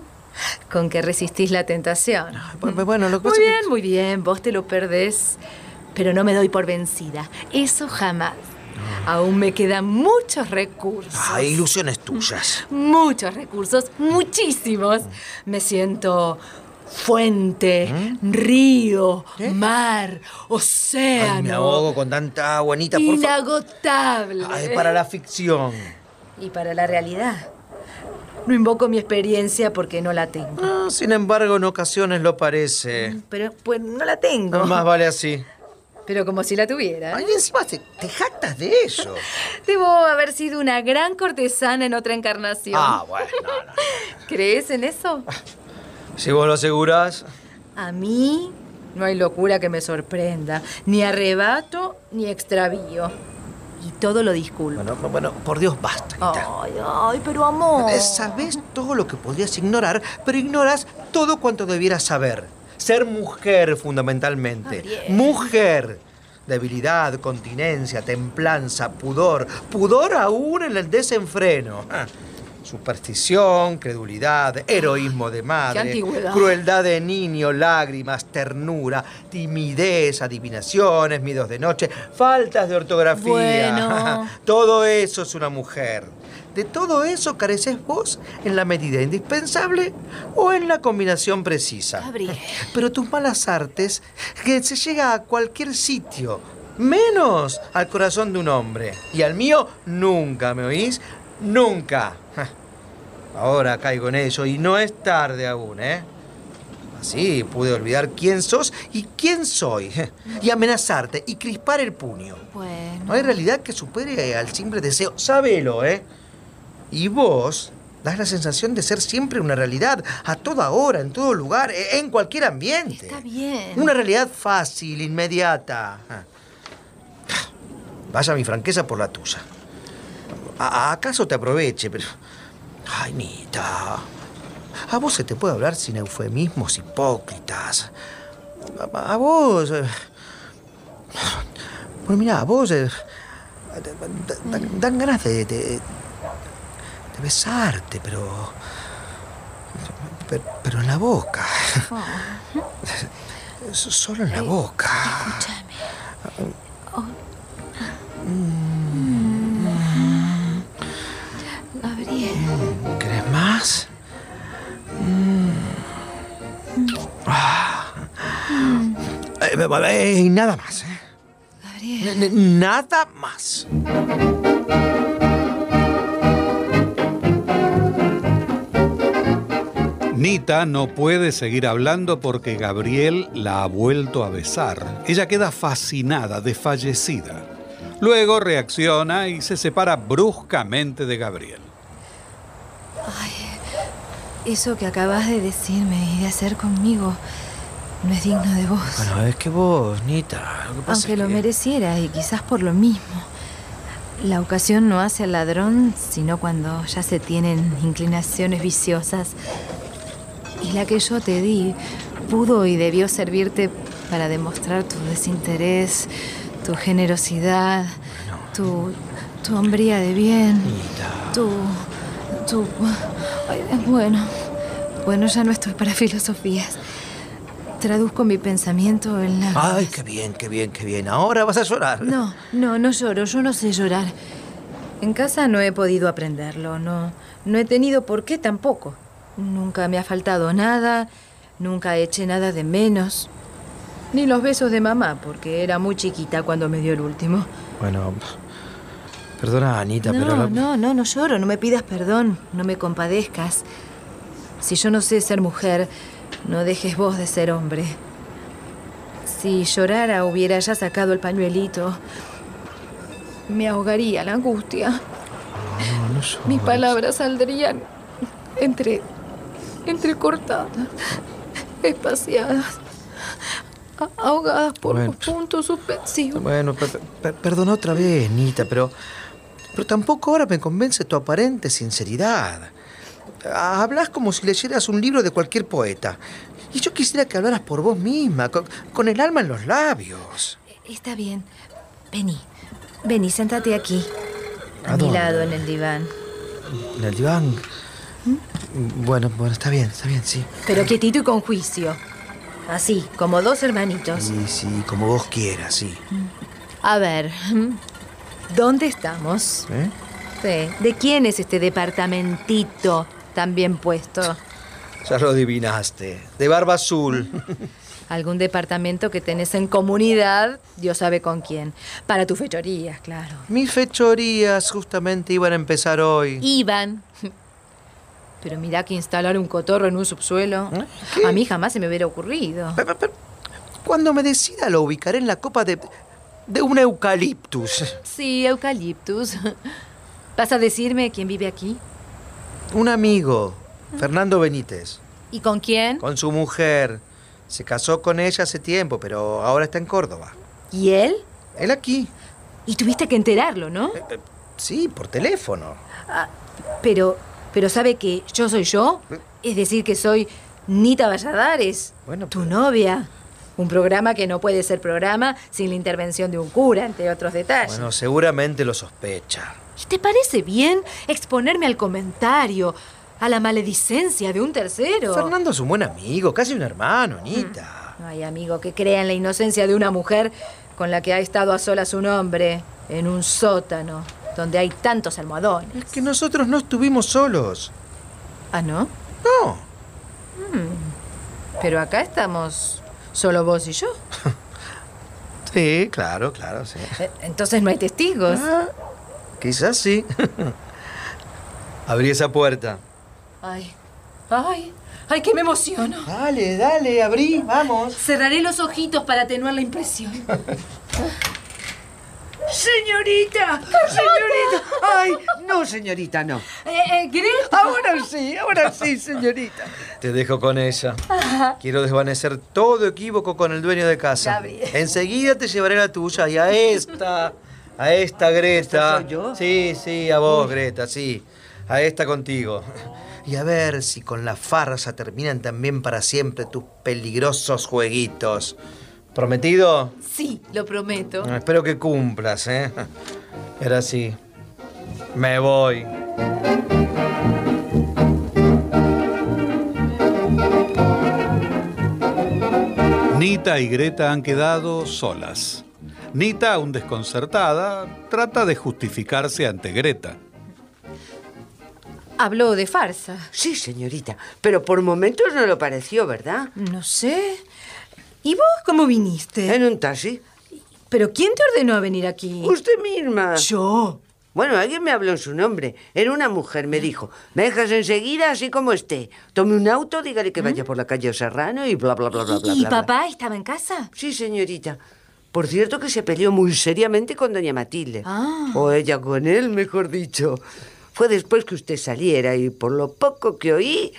[SPEAKER 3] Con que resistís la tentación.
[SPEAKER 11] Bu- Bueno, lo que
[SPEAKER 3] Muy
[SPEAKER 11] pasa es que-
[SPEAKER 3] bien, muy bien, vos te lo perdés, pero no me doy por vencida. Eso jamás. Aún me quedan muchos recursos.
[SPEAKER 11] Ah, ilusiones tuyas.
[SPEAKER 3] Muchos recursos, muchísimos.
[SPEAKER 11] Mm.
[SPEAKER 3] Me siento fuente, río, mar, océano.
[SPEAKER 11] Ay, me ¿Eh? ahogo con tanta agua, Anita, por favor.
[SPEAKER 3] inagotable.
[SPEAKER 11] Ay, para la ficción.
[SPEAKER 3] Y para la realidad. No invoco mi experiencia porque no la tengo.
[SPEAKER 11] Ah, sin embargo, en ocasiones lo parece.
[SPEAKER 3] Pero pues no la tengo.
[SPEAKER 11] No más vale así.
[SPEAKER 3] Pero como si la tuviera. ¿eh?
[SPEAKER 11] Ay, encima te, te jactas de eso.
[SPEAKER 3] Debo haber sido una gran cortesana en otra encarnación.
[SPEAKER 11] Ah, bueno, no, no.
[SPEAKER 3] ¿Crees en eso?
[SPEAKER 11] Si vos lo asegurás.
[SPEAKER 3] A mí no hay locura que me sorprenda. Ni arrebato ni extravío. Y todo lo disculpo.
[SPEAKER 11] Bueno, bueno, por Dios, basta. Anita.
[SPEAKER 3] Ay, ay, pero amor.
[SPEAKER 11] Eh, Sabés todo lo que podrías ignorar, pero ignoras todo cuanto debieras saber. Ser mujer, fundamentalmente. Mujer. Debilidad, continencia, templanza, pudor. Pudor aún en el desenfreno. Ah, Superstición, credulidad, heroísmo de madre,
[SPEAKER 3] antigüedad.
[SPEAKER 11] crueldad de niño, lágrimas, ternura, timidez, adivinaciones, miedos de noche, faltas de ortografía.
[SPEAKER 3] Bueno.
[SPEAKER 11] Todo eso es una mujer. De todo eso careces vos en la medida indispensable o en la combinación precisa.
[SPEAKER 3] Gabriel.
[SPEAKER 11] Pero tus malas artes, que se llega a cualquier sitio, menos al corazón de un hombre. Y al mío, nunca, ¿me oís? Nunca. Ja. Ahora caigo en eso y no es tarde aún, ¿eh? Así pude olvidar quién sos y quién soy. je, Y amenazarte y crispar el puño.
[SPEAKER 3] Bueno.
[SPEAKER 11] No hay realidad que supere al simple deseo. Sábelo, ¿eh? Y vos das la sensación de ser siempre una realidad, a toda hora, en todo lugar, e- en cualquier ambiente.
[SPEAKER 3] Está bien.
[SPEAKER 11] Una realidad fácil, inmediata. Ah. Vaya mi franqueza por la tuya. A- ¿Acaso te aproveche? Pero... Ay, Nita. A vos se te puede hablar sin eufemismos hipócritas. A, a vos... eh, Bueno, mira, a vos... eh, da- da- dan, ganas de, de, de besarte, pero, pero... pero en la boca. Solo en la boca.
[SPEAKER 3] Escúchame. Gabriel.
[SPEAKER 11] ¿Querés más? Mm. Ah. Eh, eh, eh, y nada más, ¿eh?
[SPEAKER 3] Gabriel.
[SPEAKER 11] N- n- Nada más.
[SPEAKER 1] Nita no puede seguir hablando porque Gabriel la ha vuelto a besar. Ella queda fascinada, desfallecida. Luego reacciona y se separa bruscamente de Gabriel.
[SPEAKER 3] Eso que acabas de decirme y de hacer conmigo no es digno de vos.
[SPEAKER 11] Bueno, es que vos, Nita. Lo que pasa
[SPEAKER 3] Aunque
[SPEAKER 11] es
[SPEAKER 3] lo
[SPEAKER 11] que-
[SPEAKER 3] mereciera y quizás por lo mismo. La ocasión no hace al ladrón, sino cuando ya se tienen inclinaciones viciosas. Y la que yo te di pudo y debió servirte para demostrar tu desinterés, tu generosidad, tu, tu hombría de bien, tu... tu... ay, bueno, bueno, ya no estoy para filosofías. Traduzco mi pensamiento en la...
[SPEAKER 11] Ay, qué bien, qué bien, qué bien. Ahora vas a llorar.
[SPEAKER 3] No, no, no lloro, yo no sé llorar. En casa no he podido aprenderlo, no, no he tenido por qué tampoco. Nunca me ha faltado nada, nunca eché nada de menos. Ni los besos de mamá, porque era muy chiquita cuando me dio el último.
[SPEAKER 11] Bueno, perdona, Anita, pero.
[SPEAKER 3] No,
[SPEAKER 11] la-
[SPEAKER 3] no, no, no lloro, no me pidas perdón, no me compadezcas. Si yo no sé ser mujer, no dejes vos de ser hombre. Si llorara hubiera ya sacado el pañuelito, me ahogaría la angustia.
[SPEAKER 11] Ah, No, no llores.
[SPEAKER 3] Mis palabras saldrían entre entrecortadas, espaciadas, a- ahogadas por
[SPEAKER 11] Bueno.
[SPEAKER 3] puntos suspensivos.
[SPEAKER 11] Bueno, per- per- perdona otra vez, Nita, pero, pero tampoco ahora me convence tu aparente sinceridad. Hablas como si leyeras un libro de cualquier poeta. Y yo quisiera que hablaras por vos misma, con, con el alma en los labios.
[SPEAKER 3] Está bien. Vení, vení, sentate aquí.
[SPEAKER 11] ¿A
[SPEAKER 3] A mi
[SPEAKER 11] dónde?
[SPEAKER 3] lado en el diván.
[SPEAKER 11] En el diván. Mm, Bueno, bueno, está bien, está bien, sí.
[SPEAKER 3] Pero quietito y con juicio. Así, como dos hermanitos.
[SPEAKER 11] Ah, Sí, sí, como vos quieras, sí.
[SPEAKER 3] A ver, ¿dónde estamos?
[SPEAKER 11] ¿Eh?
[SPEAKER 3] Sí. ¿De quién es este departamentito tan bien puesto?
[SPEAKER 11] Ya lo adivinaste. De barba azul.
[SPEAKER 3] Algún departamento que tenés en comunidad, Dios sabe con quién. Para tus fechorías, claro.
[SPEAKER 11] Mis fechorías justamente iban a empezar hoy.
[SPEAKER 3] Iban. Pero mirá que instalar un cotorro en un subsuelo. A mí jamás se me hubiera ocurrido.
[SPEAKER 11] Pe- pe- pe- Cuando me decida lo ubicaré en la copa de, de un eucaliptus.
[SPEAKER 3] Sí, eucaliptus. ¿Vas a decirme quién vive aquí?
[SPEAKER 11] Un amigo, Fernando Benítez,
[SPEAKER 3] ¿Y con quién?
[SPEAKER 11] con su mujer. Se casó con ella hace tiempo, pero ahora está en Córdoba.
[SPEAKER 3] ¿Y él?
[SPEAKER 11] Él aquí.
[SPEAKER 3] Y tuviste que enterarlo, ¿no?
[SPEAKER 11] Eh. Sí, por teléfono.
[SPEAKER 3] Pero, pero ¿sabe que yo soy yo?
[SPEAKER 11] Eh.
[SPEAKER 3] Es decir, que soy Nita Valladares,
[SPEAKER 11] Bueno,
[SPEAKER 3] tu novia. Un programa que no puede ser programa sin la intervención de un cura, entre otros detalles.
[SPEAKER 11] Bueno, seguramente lo sospecha.
[SPEAKER 3] ¿Y te parece bien exponerme al comentario, a la maledicencia de un tercero?
[SPEAKER 11] Fernando es un buen amigo, casi un hermano, Anita.
[SPEAKER 3] No hay amigo que crea en la inocencia de una mujer con la que ha estado a solas un hombre en un sótano donde hay tantos almohadones.
[SPEAKER 11] Es que nosotros no estuvimos solos.
[SPEAKER 3] Ah, ¿no?
[SPEAKER 11] No.
[SPEAKER 3] Pero acá estamos solo vos y yo.
[SPEAKER 11] Sí, claro, claro, sí.
[SPEAKER 3] Eh, Entonces no hay testigos.
[SPEAKER 11] Ah, quizás sí. Abrí esa puerta.
[SPEAKER 12] Ay, ay, ay, que me emociono.
[SPEAKER 11] Dale, dale, abrí, vamos.
[SPEAKER 12] Cerraré los ojitos para atenuar la impresión.
[SPEAKER 4] ¡Señorita! ¡Señorita! ¡Ay! No, señorita, no.
[SPEAKER 12] Eh, eh, Greta.
[SPEAKER 4] Ahora sí, ahora sí, señorita.
[SPEAKER 11] Te dejo con ella. Quiero desvanecer todo equívoco con el dueño de casa. Enseguida te llevaré la tuya y a esta, a esta
[SPEAKER 4] ¿Esta
[SPEAKER 11] Greta.
[SPEAKER 4] soy yo?
[SPEAKER 11] Sí, sí, a vos, Greta, sí. A esta contigo. Y a ver si con la farsa terminan también para siempre tus peligrosos jueguitos. ¿Prometido?
[SPEAKER 3] Sí, lo prometo.
[SPEAKER 11] Ah, Espero que cumplas, ¿eh? Era así. Me voy.
[SPEAKER 1] Nita y Greta han quedado solas. Nita, aún desconcertada, trata de justificarse ante Greta.
[SPEAKER 3] Habló de farsa.
[SPEAKER 4] Sí, señorita, pero por momentos no lo pareció, ¿verdad?
[SPEAKER 3] No sé. ¿Y vos cómo viniste?
[SPEAKER 4] En un taxi.
[SPEAKER 3] Eh, ¿Pero quién te ordenó a venir aquí?
[SPEAKER 4] Usted misma.
[SPEAKER 3] Yo.
[SPEAKER 4] Bueno, alguien me habló en su nombre. Era una mujer, me dijo. Me dejas enseguida así como esté. Tome un auto, dígale que vaya por la calle Serrano y bla, bla, bla, bla,
[SPEAKER 3] ¿Y,
[SPEAKER 4] bla.
[SPEAKER 3] y
[SPEAKER 4] bla, bla".
[SPEAKER 3] papá estaba en casa?
[SPEAKER 4] Sí, señorita. Por cierto que se peleó muy seriamente con doña Matilde.
[SPEAKER 3] Ah.
[SPEAKER 4] O ella con él, mejor dicho. Fue después que usted saliera y por lo poco que oí,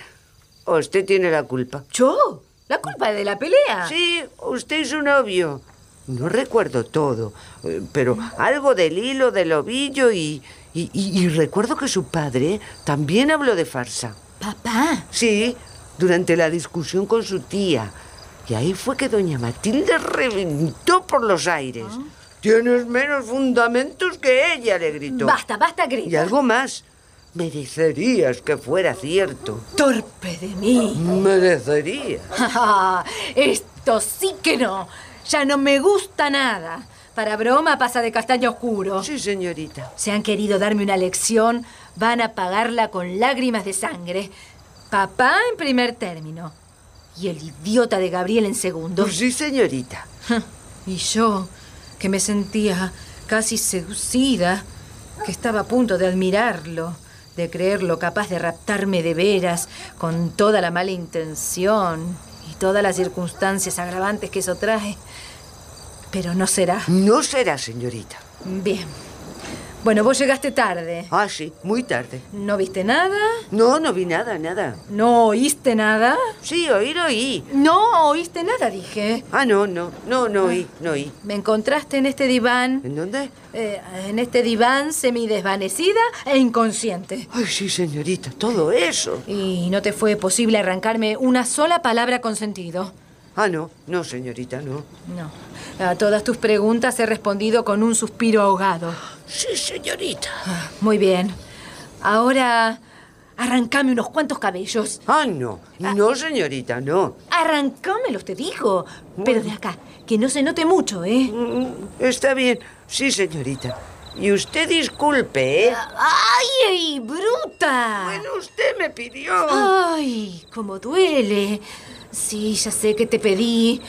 [SPEAKER 4] usted tiene la culpa.
[SPEAKER 3] ¿Yo? ¿La culpa de la pelea?
[SPEAKER 4] Sí, usted es un novio. No recuerdo todo, eh, pero algo del hilo, del ovillo y, y, y- y recuerdo que su padre también habló de farsa.
[SPEAKER 3] Papá.
[SPEAKER 4] Sí, durante la discusión con su tía. Y ahí fue que doña Matilde reventó por los aires. Tienes menos fundamentos que ella, le gritó.
[SPEAKER 3] Basta, basta,
[SPEAKER 4] Y
[SPEAKER 3] Greta.
[SPEAKER 4] algo más. Merecerías que fuera cierto.
[SPEAKER 3] Torpe de mí.
[SPEAKER 4] Merecerías.
[SPEAKER 3] Esto sí que no. Ya no me gusta nada. Para broma pasa de castaño oscuro.
[SPEAKER 4] Sí, señorita.
[SPEAKER 3] Si han querido darme una lección, van a pagarla con lágrimas de sangre. Papá en primer término y el idiota de Gabriel en segundo.
[SPEAKER 4] Sí, señorita.
[SPEAKER 3] Y yo, que me sentía casi seducida, que estaba a punto de admirarlo, de creerlo capaz de raptarme de veras, con toda la mala intención y todas las circunstancias agravantes que eso trae. Pero no será.
[SPEAKER 4] No será, señorita.
[SPEAKER 3] Bien. Bueno, vos llegaste tarde.
[SPEAKER 4] Ah, sí, muy tarde.
[SPEAKER 3] ¿No viste nada?
[SPEAKER 4] No, no vi nada, nada.
[SPEAKER 3] ¿No oíste nada?
[SPEAKER 4] Sí, oír, oí.
[SPEAKER 3] No oíste nada, dije.
[SPEAKER 4] Ah, no, no, no, no oí, no oí.
[SPEAKER 3] Me encontraste en este diván,
[SPEAKER 4] ¿En dónde?
[SPEAKER 3] eh, en este diván semidesvanecida e inconsciente.
[SPEAKER 4] Ay, sí, señorita, todo eso.
[SPEAKER 3] Y no te fue posible arrancarme una sola palabra con sentido.
[SPEAKER 4] Ah, no, no, señorita, no.
[SPEAKER 3] No. A todas tus preguntas he respondido con un suspiro ahogado.
[SPEAKER 4] Sí, señorita.
[SPEAKER 3] Muy bien. Ahora. Arrancame unos cuantos cabellos.
[SPEAKER 4] Ah, no. No, señorita, no.
[SPEAKER 3] Arrancámelos, te digo. Pero de acá, que no se note mucho, ¿eh?
[SPEAKER 4] Está bien. Sí, señorita. Y usted disculpe,
[SPEAKER 3] Ah.
[SPEAKER 4] ¿eh?
[SPEAKER 3] ¡Ay, bruta!
[SPEAKER 4] Bueno, usted me pidió.
[SPEAKER 3] Ah. ¡Ay, cómo duele! Sí, ya sé que te pedí.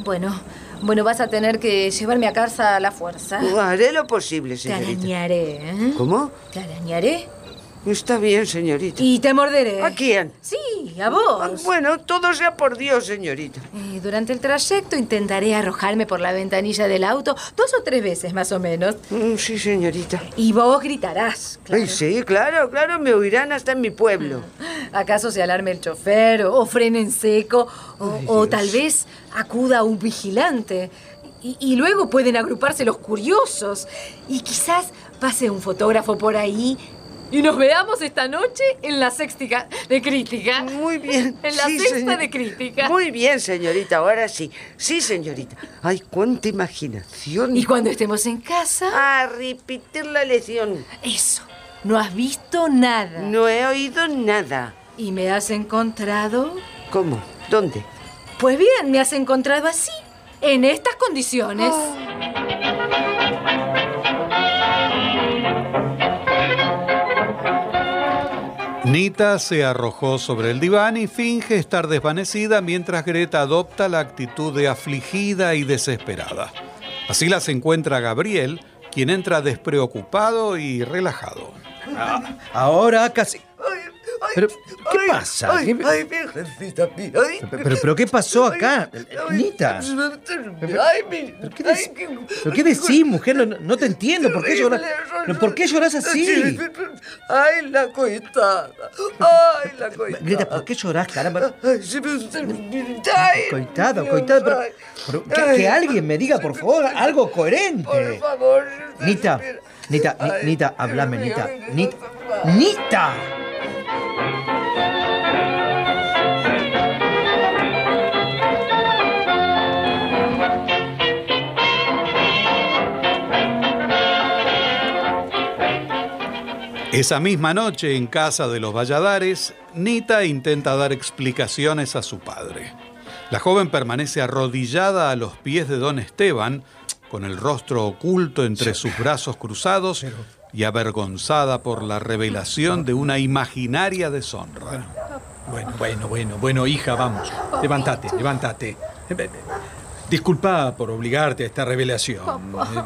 [SPEAKER 3] Bueno, bueno, vas a tener que llevarme a casa a la fuerza.
[SPEAKER 4] Haré lo posible,
[SPEAKER 3] Te
[SPEAKER 4] señorita.
[SPEAKER 3] arañaré, ¿eh?
[SPEAKER 4] ¿Cómo?
[SPEAKER 3] Te arañaré
[SPEAKER 4] Está bien, señorita.
[SPEAKER 3] y eh, te morderé.
[SPEAKER 4] ¿A quién?
[SPEAKER 3] Sí, a
[SPEAKER 4] Ah,
[SPEAKER 3] vos.
[SPEAKER 4] Bueno, todo sea por Dios, señorita.
[SPEAKER 3] Eh, durante el trayecto intentaré arrojarme por la ventanilla del auto dos o tres veces más o menos.
[SPEAKER 4] Mm, Sí, señorita.
[SPEAKER 3] Y vos gritarás. claro.
[SPEAKER 4] Ay, sí, claro, claro, me oirán hasta en mi pueblo.
[SPEAKER 3] ¿Acaso se alarme el chofer o, o frene en seco? O, o tal vez acuda un vigilante. Y, y luego pueden agruparse los curiosos. Y quizás pase un fotógrafo por ahí.
[SPEAKER 8] Y nos veamos esta noche en la sexta de crítica.
[SPEAKER 4] Muy bien.
[SPEAKER 8] En la
[SPEAKER 4] sí,
[SPEAKER 8] sexta
[SPEAKER 4] señor-
[SPEAKER 8] de crítica.
[SPEAKER 4] Muy bien, señorita, ahora sí. Sí, señorita. Ay, cuánta imaginación.
[SPEAKER 3] Y cuando estemos en casa...
[SPEAKER 4] A repetir la lección.
[SPEAKER 3] Eso. No has visto nada.
[SPEAKER 4] No he oído nada.
[SPEAKER 3] Y me has encontrado...
[SPEAKER 4] ¿Cómo? ¿Dónde?
[SPEAKER 3] Pues bien, me has encontrado así. En estas condiciones.
[SPEAKER 1] Nita se arrojó sobre el diván y finge estar desvanecida mientras Greta adopta la actitud de afligida y desesperada. Así las encuentra Gabriel, quien entra despreocupado y relajado.
[SPEAKER 13] Ahora casi. Pero, ¿qué
[SPEAKER 11] ay,
[SPEAKER 13] pasa?
[SPEAKER 11] ay,
[SPEAKER 13] ¿Qué-
[SPEAKER 11] ay, virgencita mía, ay.
[SPEAKER 13] pero, pero ¿qué pasó acá? Eh,
[SPEAKER 11] Ay,
[SPEAKER 13] Nita.
[SPEAKER 11] Ay, mi-
[SPEAKER 13] ¿Pero qué,
[SPEAKER 11] ay,
[SPEAKER 13] des-
[SPEAKER 11] qué-
[SPEAKER 13] pero qué decís, mujer? No, no te entiendo. ¿Por qué, lloras? pero ¿Por qué lloras así?
[SPEAKER 11] Ay, la coitada. Ay, la coitada.
[SPEAKER 13] Greta, ¿por qué lloras, caramba?
[SPEAKER 11] Ay, si me- ay,
[SPEAKER 13] Coitada,
[SPEAKER 11] Dios,
[SPEAKER 13] coitada. Pero,
[SPEAKER 11] ay,
[SPEAKER 13] pero que, que alguien me diga, por favor, algo
[SPEAKER 11] Por
[SPEAKER 13] coherente.
[SPEAKER 11] favor.
[SPEAKER 13] Nita, Nita, Ni-
[SPEAKER 11] Ay,
[SPEAKER 13] Nita,
[SPEAKER 11] Dios
[SPEAKER 13] hablame,
[SPEAKER 11] mío,
[SPEAKER 13] Nita.
[SPEAKER 11] ay,
[SPEAKER 13] Nita.
[SPEAKER 11] Dios.
[SPEAKER 13] ¡Nita!
[SPEAKER 1] Esa misma noche, en casa de los Valladares, Nita intenta dar explicaciones a su padre. La joven permanece arrodillada a los pies de don Esteban, con el rostro oculto entre sus brazos cruzados y avergonzada por la revelación de una imaginaria deshonra.
[SPEAKER 13] Bueno, bueno, bueno, bueno, hija, vamos. Levántate, levántate. Eh, eh, Disculpa por obligarte a esta revelación.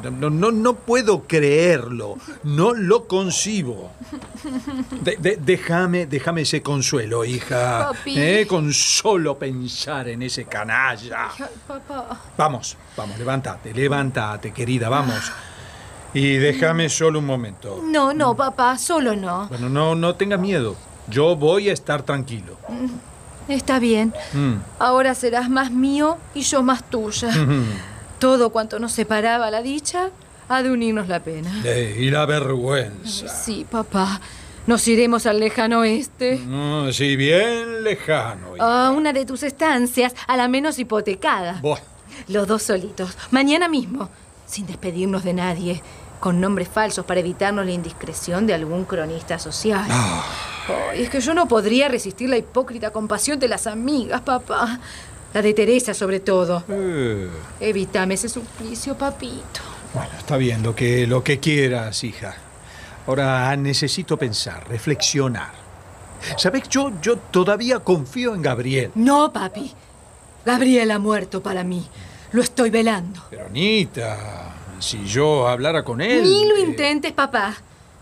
[SPEAKER 13] Eh, No, no, no puedo creerlo. No lo concibo. De- de- déjame, déjame ese consuelo, hija.
[SPEAKER 8] Papi.
[SPEAKER 13] Eh, Con solo pensar en ese canalla.
[SPEAKER 8] Papá.
[SPEAKER 13] Vamos, vamos, levántate, levántate, querida, vamos. Y déjame solo un momento.
[SPEAKER 3] No, no, papá, solo no.
[SPEAKER 13] Bueno, no, no tengas miedo. Yo voy a estar tranquilo.
[SPEAKER 3] Está bien.
[SPEAKER 13] Mm.
[SPEAKER 3] Ahora serás más mío y yo más tuya.
[SPEAKER 1] Mm.
[SPEAKER 13] mm.
[SPEAKER 3] Todo cuanto nos separaba la dicha ha de unirnos la pena.
[SPEAKER 13] Eh, y la vergüenza.
[SPEAKER 3] Sí, papá. Nos iremos al lejano oeste.
[SPEAKER 13] No, sí, bien
[SPEAKER 1] Mm.
[SPEAKER 13] lejano. hija.
[SPEAKER 3] A una de tus estancias, a la menos hipotecada.
[SPEAKER 13] Buah,
[SPEAKER 3] Los dos solitos. Mañana mismo. Sin despedirnos de nadie. Con nombres falsos para evitarnos la indiscreción de algún cronista social. Ay, es que yo no podría resistir la hipócrita compasión de las amigas, papá. La de Teresa, sobre todo.
[SPEAKER 13] eh,
[SPEAKER 3] Evítame ese suplicio, papito.
[SPEAKER 13] Bueno, está bien, lo que, lo que quieras, hija. Ahora necesito pensar, reflexionar. ¿Sabes? Yo, yo todavía confío en Gabriel.
[SPEAKER 3] No, papi. Gabriel ha muerto para mí. Lo estoy velando.
[SPEAKER 13] Pero Anita, si yo hablara con él.
[SPEAKER 3] Ni lo
[SPEAKER 13] eh,
[SPEAKER 3] intentes, papá.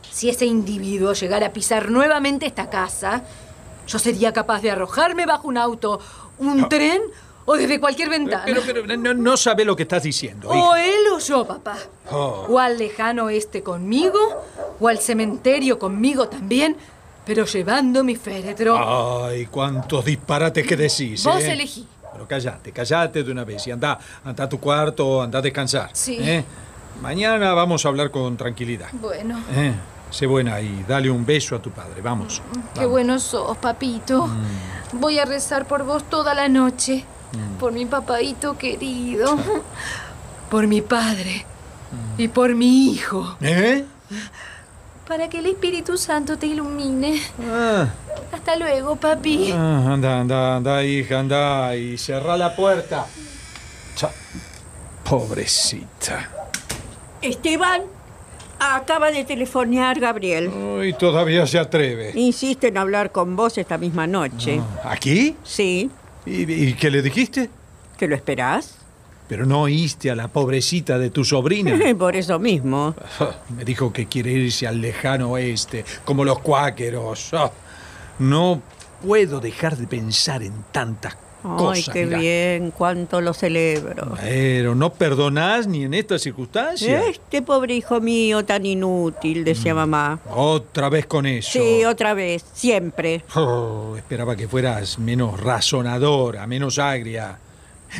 [SPEAKER 3] Si ese individuo llegara a pisar nuevamente esta casa, yo sería capaz de arrojarme bajo un auto, un tren o desde cualquier ventana.
[SPEAKER 13] Ah. Pero, pero no, no sabe lo que estás diciendo.
[SPEAKER 3] O
[SPEAKER 13] hija.
[SPEAKER 3] él o yo, papá.
[SPEAKER 13] Oh.
[SPEAKER 3] O al lejano este conmigo, o al cementerio conmigo también, pero llevando mi féretro.
[SPEAKER 13] Ah. Ay, cuántos disparates que decís.
[SPEAKER 3] Vos
[SPEAKER 13] ¿eh?
[SPEAKER 3] elegí.
[SPEAKER 13] Pero callate, callate de una vez y anda, anda a tu cuarto, anda a descansar.
[SPEAKER 3] Sí.
[SPEAKER 13] ¿eh? Mañana vamos a hablar con tranquilidad.
[SPEAKER 3] Bueno,
[SPEAKER 13] ¿eh? Sé buena y dale un beso a tu padre. Vamos.
[SPEAKER 3] Mm, qué bueno sos, papito. Voy a rezar por vos toda la noche. Por mi papadito querido. por mi padre. Y por mi hijo.
[SPEAKER 13] ¿Eh?
[SPEAKER 3] para que el Espíritu Santo te ilumine.
[SPEAKER 1] Ah,
[SPEAKER 3] Hasta luego, papi.
[SPEAKER 1] ah, anda, anda, anda, hija, anda. Y cerrá la puerta. Cha- Pobrecita.
[SPEAKER 6] Esteban, acaba de telefonear Gabriel.
[SPEAKER 1] Uy, todavía se atreve.
[SPEAKER 6] Insiste en hablar con vos esta misma noche.
[SPEAKER 1] Ah. ¿Aquí?
[SPEAKER 6] Sí,
[SPEAKER 1] ¿Y, y qué le dijiste?
[SPEAKER 6] ¿que lo esperás?
[SPEAKER 1] Pero no oíste a la pobrecita de tu sobrina. Ah,
[SPEAKER 6] Por eso mismo.
[SPEAKER 1] Me dijo que quiere irse al lejano oeste, como los cuáqueros. Ah, No puedo dejar de pensar en tantas
[SPEAKER 6] Ay,
[SPEAKER 1] cosas.
[SPEAKER 6] qué
[SPEAKER 1] mirá.
[SPEAKER 6] bien, cuánto lo celebro.
[SPEAKER 1] Pero no perdonás ni en estas circunstancias.
[SPEAKER 6] Este pobre hijo mío tan inútil, decía mamá.
[SPEAKER 1] Otra vez con eso.
[SPEAKER 6] Sí, otra vez, siempre.
[SPEAKER 1] Oh, esperaba que fueras menos razonadora, menos agria.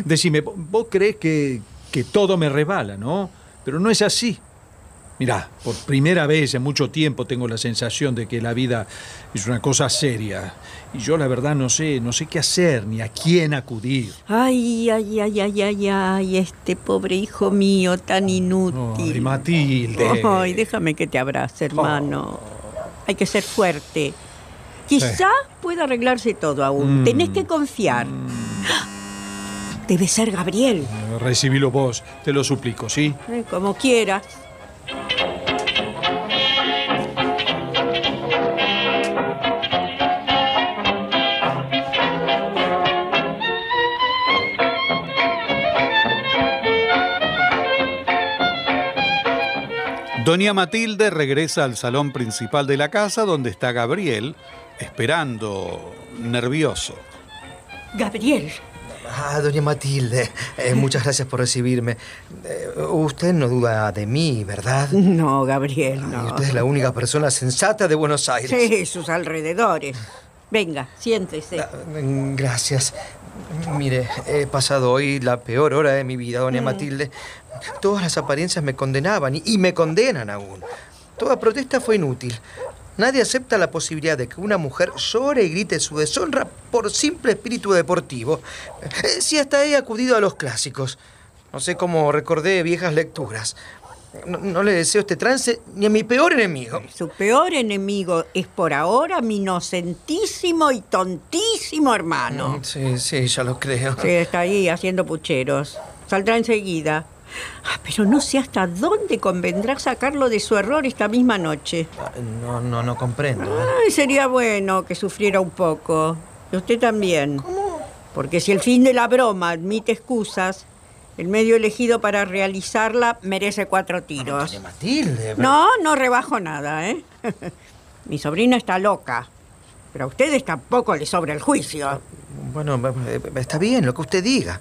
[SPEAKER 1] Decime, vo- vos crees que, que todo me rebala, ¿no? Pero no es así. Mirá, por primera vez en mucho tiempo tengo la sensación de que la vida es una cosa seria. Y yo la verdad no sé, no sé qué hacer ni a quién acudir.
[SPEAKER 6] Ay, ay, ay, ay, ay, ay, este pobre hijo mío tan
[SPEAKER 1] Ay,
[SPEAKER 6] inútil.
[SPEAKER 1] Matilde. Oh.
[SPEAKER 6] Ay, déjame que te abrace, hermano. Hay que ser fuerte. Quizá pueda arreglarse todo aún.
[SPEAKER 1] Mm.
[SPEAKER 6] Tenés que confiar. Debe ser Gabriel,
[SPEAKER 1] Recibilo vos, te lo suplico, ¿sí?
[SPEAKER 6] eh, como quieras.
[SPEAKER 14] Doña Matilde regresa al salón principal de la casa donde está Gabriel, esperando, nervioso.
[SPEAKER 6] Gabriel,
[SPEAKER 11] Ah, doña Matilde, eh, muchas gracias por recibirme. Eh, usted no duda de mí, ¿verdad?
[SPEAKER 6] No, Gabriel,
[SPEAKER 11] Y
[SPEAKER 6] no.
[SPEAKER 11] usted es la única persona sensata de Buenos Aires.
[SPEAKER 6] Sí, sus alrededores. Venga, siéntese.
[SPEAKER 11] Ah, mm, Gracias. Mire, he pasado hoy la peor hora de mi vida, doña Matilde. Todas las apariencias me condenaban y, y me condenan aún. Toda protesta fue inútil. Nadie acepta la posibilidad de que una mujer llore y grite su deshonra por simple espíritu deportivo. Eh, Si hasta he acudido a los clásicos. No sé cómo recordé viejas lecturas. No, no le deseo este trance ni a mi peor enemigo.
[SPEAKER 6] Su peor enemigo es por ahora mi inocentísimo y tontísimo hermano.
[SPEAKER 11] Sí, sí, ya lo creo.
[SPEAKER 6] Sí, está ahí haciendo pucheros. Saldrá enseguida. Ah, Pero no sé hasta dónde convendrá sacarlo de su error esta misma noche.
[SPEAKER 11] Ah, No, no, no comprendo. ¿eh?
[SPEAKER 6] Ay, sería bueno que sufriera un poco. Y usted también. Porque si el fin de la broma admite excusas, el medio elegido para realizarla merece cuatro tiros.
[SPEAKER 11] Doña Matilde. pero-
[SPEAKER 6] No, no rebajo nada, ¿eh? Mi sobrina está loca, pero a ustedes tampoco les sobra el juicio.
[SPEAKER 11] Bueno, eh, está bien lo que usted diga.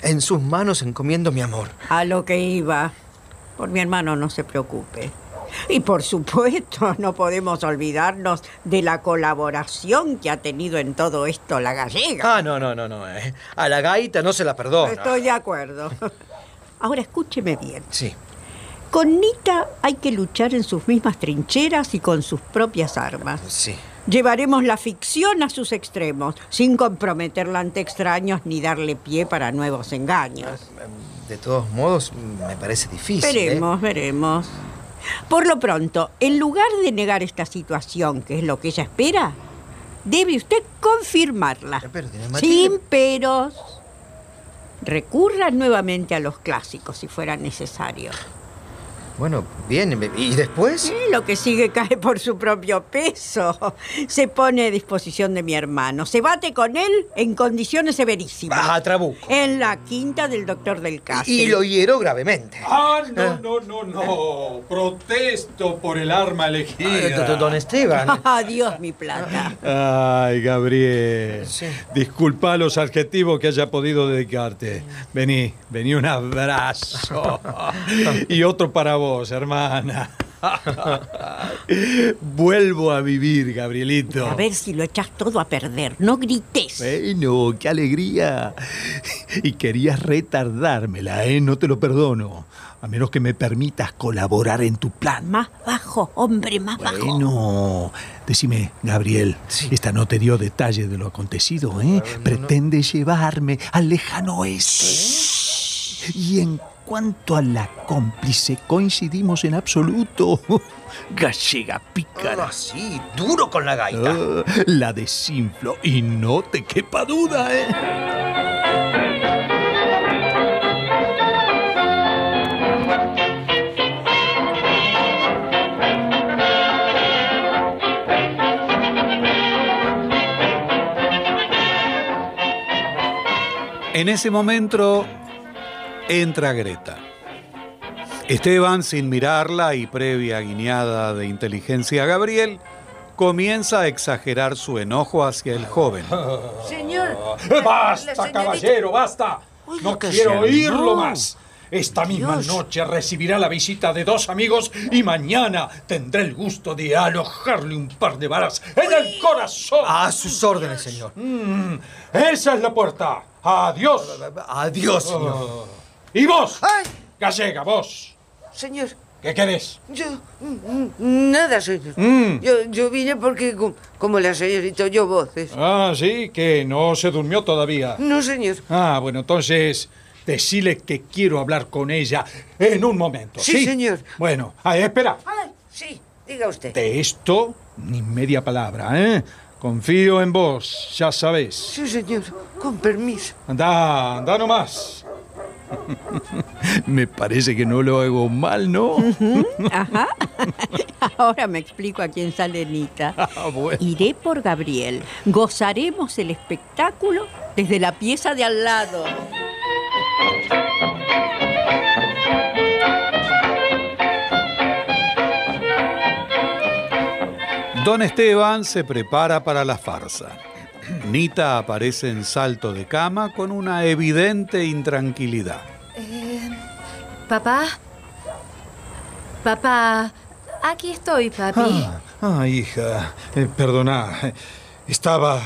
[SPEAKER 11] En sus manos encomiendo mi amor.
[SPEAKER 6] A lo que iba. Por mi hermano no se preocupe. Y por supuesto, no podemos olvidarnos de la colaboración que ha tenido en todo esto la gallega.
[SPEAKER 11] Ah, no, no, no, no. eh. A la gaita no se la perdona.
[SPEAKER 6] Estoy de acuerdo. Ahora escúcheme bien.
[SPEAKER 11] Sí.
[SPEAKER 6] Con Nita hay que luchar en sus mismas trincheras y con sus propias armas.
[SPEAKER 11] Sí.
[SPEAKER 6] Llevaremos la ficción a sus extremos, sin comprometerla ante extraños ni darle pie para nuevos engaños.
[SPEAKER 11] De todos modos, me parece difícil. ¿eh?
[SPEAKER 6] Veremos, veremos. Por lo pronto, en lugar de negar esta situación, que es lo que ella espera, debe usted confirmarla.
[SPEAKER 11] Pero, doña Matilde-
[SPEAKER 6] Sin peros. Recurra nuevamente a los clásicos si fuera necesario.
[SPEAKER 11] Bueno, bien. ¿Y después?
[SPEAKER 6] Eh, Lo que sigue cae por su propio peso. Se pone a disposición de mi hermano. Se bate con él en condiciones severísimas.
[SPEAKER 11] Ah, Trabuco.
[SPEAKER 6] En la quinta del doctor del caso.
[SPEAKER 11] Y lo hiero gravemente.
[SPEAKER 1] Ah,
[SPEAKER 6] Eh.
[SPEAKER 1] no, no, no, no. Protesto por el arma
[SPEAKER 11] Eh, do- do- Don Esteban.
[SPEAKER 6] Adiós, mi plata.
[SPEAKER 1] Ay, Gabriel.
[SPEAKER 11] Sí.
[SPEAKER 1] Disculpa los adjetivos que haya podido dedicarte. Vení, vení un abrazo. y otro para vos, hermana. Vuelvo a vivir, Gabrielito.
[SPEAKER 6] A ver si lo echas todo a perder. No grites.
[SPEAKER 1] Bueno, qué alegría. Y querías retardármela, ¿eh? No te lo perdono. A menos que me permitas colaborar en tu plan.
[SPEAKER 6] Más bajo, hombre, más bajo.
[SPEAKER 1] Bueno, decime, Gabriel, esta no te dio detalles de lo acontecido, ¿eh? Pretende llevarme al lejano oeste. Y en cuanto a la cómplice, coincidimos en absoluto. gallega pícara.
[SPEAKER 11] No así, duro con la gaita.
[SPEAKER 1] Ah, la desinflo y no te quepa duda, ¿eh?
[SPEAKER 13] En ese momento entra Greta. Esteban, sin mirarla y previa guiñada de inteligencia a Gabriel, comienza a exagerar su enojo hacia el joven.
[SPEAKER 4] Señor. la
[SPEAKER 1] Eh, ¡Basta,
[SPEAKER 4] señorita-
[SPEAKER 1] caballero, basta!
[SPEAKER 4] Uy,
[SPEAKER 1] No
[SPEAKER 4] lo que
[SPEAKER 1] quiero
[SPEAKER 4] se
[SPEAKER 1] oírlo
[SPEAKER 4] armó.
[SPEAKER 1] más. Esta misma
[SPEAKER 4] Dios.
[SPEAKER 1] noche recibirá la visita de dos amigos y mañana tendré el gusto de alojarle un par de balas en el corazón.
[SPEAKER 13] Ah.
[SPEAKER 11] A sus órdenes, señor.
[SPEAKER 1] Mm, esa es la puerta. Adiós.
[SPEAKER 11] Adiós, señor.
[SPEAKER 1] ¿Y vos?
[SPEAKER 4] ¡Ay!
[SPEAKER 1] Gallega, vos.
[SPEAKER 4] Señor,
[SPEAKER 1] ¿Qué querés?
[SPEAKER 4] yo. mm, mm, Nada, señor.
[SPEAKER 1] Mm.
[SPEAKER 4] Yo, yo vine porque, com- como la señorita, yo voces.
[SPEAKER 1] Ah, sí, que no se durmió todavía.
[SPEAKER 4] No, señor.
[SPEAKER 1] Ah, bueno, entonces decile que quiero hablar con ella en un
[SPEAKER 13] Oh,
[SPEAKER 1] momento. Sí,
[SPEAKER 4] Sí, señor.
[SPEAKER 1] Bueno, ah, espera.
[SPEAKER 4] Ay, sí, diga usted.
[SPEAKER 1] De esto ni media palabra, ¿eh? Confío en vos, ya sabés.
[SPEAKER 4] Sí, señor, con permiso.
[SPEAKER 1] Andá, andá nomás. Me parece que no lo hago mal, ¿no?
[SPEAKER 6] Ajá. Ahora me explico a quién sale Nita.
[SPEAKER 1] Ah, bueno.
[SPEAKER 6] Iré por Gabriel. Gozaremos el espectáculo desde la pieza de al lado.
[SPEAKER 13] Don Esteban se prepara para la farsa. Nita aparece en salto de cama con una evidente intranquilidad.
[SPEAKER 3] Papá. Papá. Aquí estoy, papi.
[SPEAKER 1] Ah, ah, hija, eh, perdona. Estaba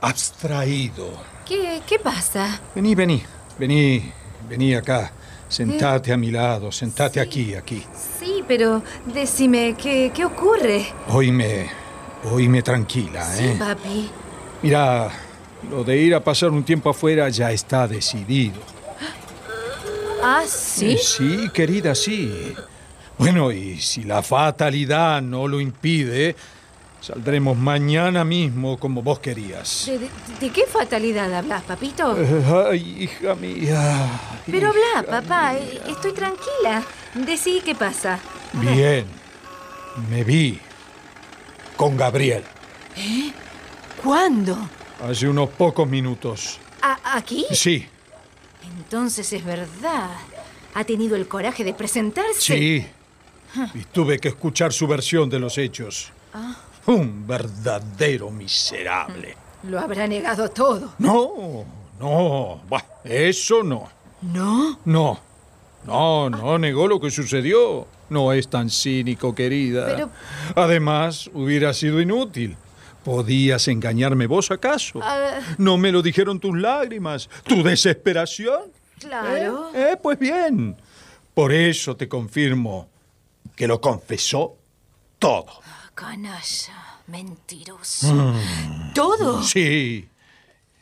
[SPEAKER 1] abstraído.
[SPEAKER 3] ¿Qué, ¿Qué pasa?
[SPEAKER 1] Vení, vení, vení, vení acá. Sentate a mi lado, sentate
[SPEAKER 3] Sí.
[SPEAKER 1] aquí, aquí.
[SPEAKER 3] Sí, pero decime, ¿qué, qué ocurre?
[SPEAKER 1] Oíme, oíme tranquila,
[SPEAKER 3] Sí,
[SPEAKER 1] ¿eh?
[SPEAKER 3] papi.
[SPEAKER 1] Mira, lo de ir a pasar un tiempo afuera ya está decidido.
[SPEAKER 3] Ah, sí.
[SPEAKER 1] Eh, Sí, querida, sí. Bueno, y si la fatalidad no lo impide, saldremos mañana mismo como vos querías.
[SPEAKER 3] ¿De, de- de qué fatalidad hablas, papito?
[SPEAKER 1] Eh, Ay, hija mía.
[SPEAKER 3] Pero
[SPEAKER 1] hija
[SPEAKER 3] habla, papá.
[SPEAKER 1] mía.
[SPEAKER 3] eh, Estoy tranquila. Decí qué pasa.
[SPEAKER 1] Bien, me vi con Gabriel
[SPEAKER 3] ¿Cuándo?
[SPEAKER 1] hace unos pocos minutos.
[SPEAKER 3] ¿A- ¿Aquí?
[SPEAKER 1] Sí,
[SPEAKER 3] Entonces es verdad. Ha tenido el coraje de presentarse.
[SPEAKER 1] sí. Y tuve que escuchar su versión de los hechos.
[SPEAKER 3] Ah.
[SPEAKER 1] Un verdadero miserable.
[SPEAKER 3] Lo habrá negado todo.
[SPEAKER 1] No, no, bah, eso no.
[SPEAKER 3] ¿No?
[SPEAKER 1] No, no, no negó lo que sucedió. No es tan cínico, querida.
[SPEAKER 3] Pero-
[SPEAKER 1] Además, hubiera sido inútil. ¿Podías engañarme vos acaso?
[SPEAKER 3] Ah.
[SPEAKER 1] No me lo dijeron tus lágrimas, tu desesperación.
[SPEAKER 3] Claro.
[SPEAKER 1] Eh, pues bien. Por eso te confirmo que lo confesó todo.
[SPEAKER 3] Canalla, mentiroso. ¿Todo?
[SPEAKER 1] Sí.